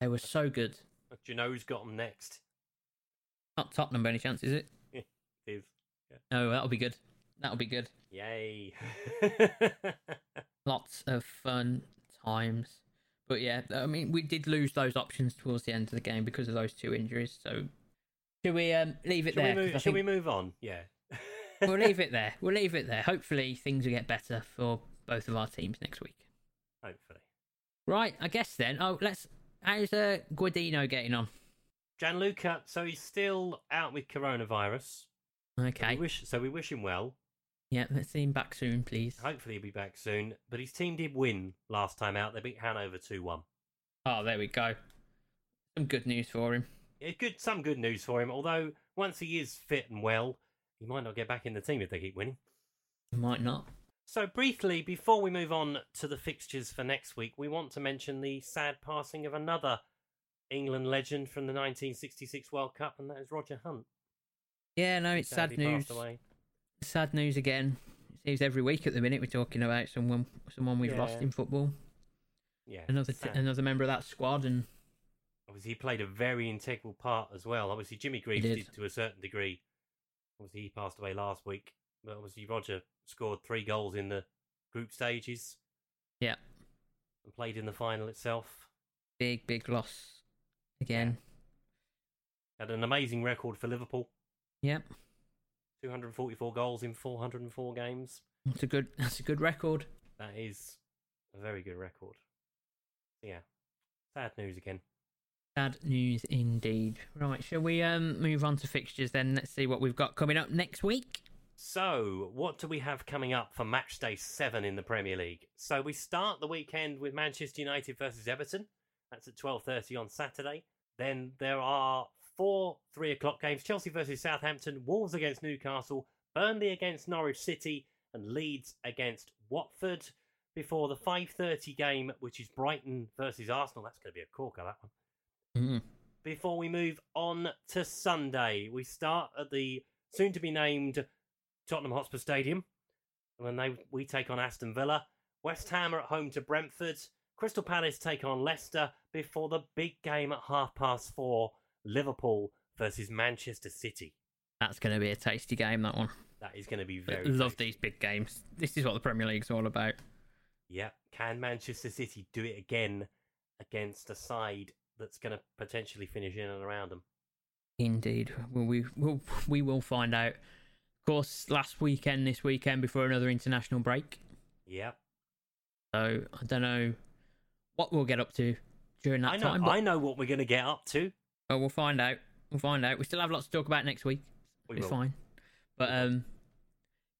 [SPEAKER 1] They were so good.
[SPEAKER 2] Uh, Do you know who's got him next?
[SPEAKER 1] Not Tottenham by any chance, is it?
[SPEAKER 2] Viv.
[SPEAKER 1] Oh, that'll be good. That'll be good.
[SPEAKER 2] Yay.
[SPEAKER 1] lots of fun times. But yeah, I mean, we did lose those options towards the end of the game because of those two injuries. So, should we um, leave it
[SPEAKER 2] Shall we
[SPEAKER 1] there? 'Cause
[SPEAKER 2] move,
[SPEAKER 1] I
[SPEAKER 2] shall we
[SPEAKER 1] think
[SPEAKER 2] move on? Yeah.
[SPEAKER 1] we'll leave it there. We'll leave it there. Hopefully, things will get better for both of our teams next week.
[SPEAKER 2] Hopefully.
[SPEAKER 1] Right, I guess then. Oh, let's. How's uh, Guardino getting on?
[SPEAKER 2] Gianluca, so he's still out with coronavirus. We
[SPEAKER 1] Okay.
[SPEAKER 2] wish, so we wish him well.
[SPEAKER 1] Yeah, let's see him back soon, please.
[SPEAKER 2] Hopefully he'll be back soon. But his team did win last time out. They beat Hanover 2 1.
[SPEAKER 1] Oh, there we go. Some good news for him.
[SPEAKER 2] Yeah, good, some good news for him. Although, once he is fit and well, he might not get back in the team if they keep winning.
[SPEAKER 1] Might not.
[SPEAKER 2] So, briefly, before we move on to the fixtures for next week, we want to mention the sad passing of another England legend from the 1966 World Cup, and that is Roger Hunt.
[SPEAKER 1] Yeah, no, Oh, it's sad
[SPEAKER 2] Sadly
[SPEAKER 1] news.
[SPEAKER 2] passed away.
[SPEAKER 1] sad news again. It seems every week at the minute we're talking about someone someone we've lost
[SPEAKER 2] Yeah.
[SPEAKER 1] in football.
[SPEAKER 2] Yeah.
[SPEAKER 1] Another t-
[SPEAKER 2] sad.
[SPEAKER 1] another member of that squad, and
[SPEAKER 2] Obviously, he played a very integral part as well. Obviously, Jimmy Greaves
[SPEAKER 1] did.
[SPEAKER 2] did. to a certain degree. Obviously, he passed away last week, but obviously, Roger scored three goals in the group stages
[SPEAKER 1] Yeah.
[SPEAKER 2] and played in the final itself.
[SPEAKER 1] Big, big loss again.
[SPEAKER 2] Had an amazing record for Liverpool
[SPEAKER 1] Yep.
[SPEAKER 2] 244 goals in 404 games.
[SPEAKER 1] That's a good that's a good record.
[SPEAKER 2] That is a very good record. Yeah. Sad news again.
[SPEAKER 1] Sad news indeed. Right, shall we um move on to fixtures then? Let's see what we've got coming up next week.
[SPEAKER 2] So, what do we have coming up for match day seven in the Premier League? So we start the weekend with Manchester United versus Everton. That's at twelve thirty on Saturday. Then there are four three o'clock games: Chelsea versus Southampton, Wolves against Newcastle, Burnley against Norwich City, and Leeds against Watford. Before the five thirty game, which is Brighton versus Arsenal. That's going to be a corker. That one Mm-hmm.
[SPEAKER 1] Mm.
[SPEAKER 2] before we move on to Sunday. We start at the soon to be named Tottenham Hotspur Stadium. And then they, we take on Aston Villa. West Ham are at home to Brentford. Crystal Palace take on Leicester before the big game at half past four Liverpool versus Manchester City.
[SPEAKER 1] That's going to be a tasty game. That one.
[SPEAKER 2] That is going to be very.
[SPEAKER 1] Love
[SPEAKER 2] tasty.
[SPEAKER 1] these big games. This is what the Premier League's all about.
[SPEAKER 2] Yep. Can Manchester City do it again against a side that's going to potentially finish in and around them?
[SPEAKER 1] Indeed, well, we will we will find out. Of course, last weekend, this weekend before another international break.
[SPEAKER 2] Yep.
[SPEAKER 1] So I don't know what we'll get up to during that
[SPEAKER 2] I know,
[SPEAKER 1] time,
[SPEAKER 2] I know what we're going to get up to.
[SPEAKER 1] but we'll find out. We'll find out. We still have lots to talk about next week.
[SPEAKER 2] We
[SPEAKER 1] It's
[SPEAKER 2] will.
[SPEAKER 1] fine. But um,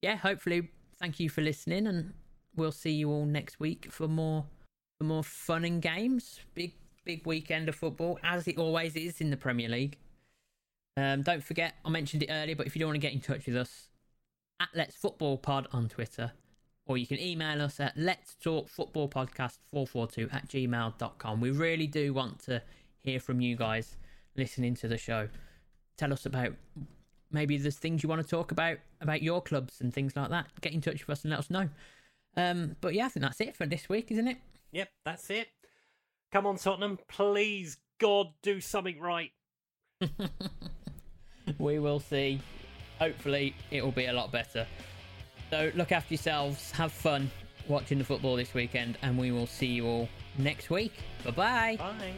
[SPEAKER 1] yeah, hopefully, thank you for listening, and we'll see you all next week for more for more fun and games. Big big weekend of football, as it always is in the Premier League. Um, don't forget, I mentioned it earlier, but if you don't want to get in touch with us, at Let's Football Pod on Twitter, or you can email us at Let's Talk Football Podcast 442 at gmail.com. We really do want to hear from you guys listening to the show. Tell us about maybe there's things you want to talk about about your clubs and things like that get in touch with us and let us know um but yeah i think that's it for this week isn't it
[SPEAKER 2] Yep, that's it. Come on, Tottenham. Please, God, do something right.
[SPEAKER 1] we will see hopefully it'll be a lot better so look after yourselves have fun watching the football this weekend and we will see you all next week bye bye
[SPEAKER 2] Bye.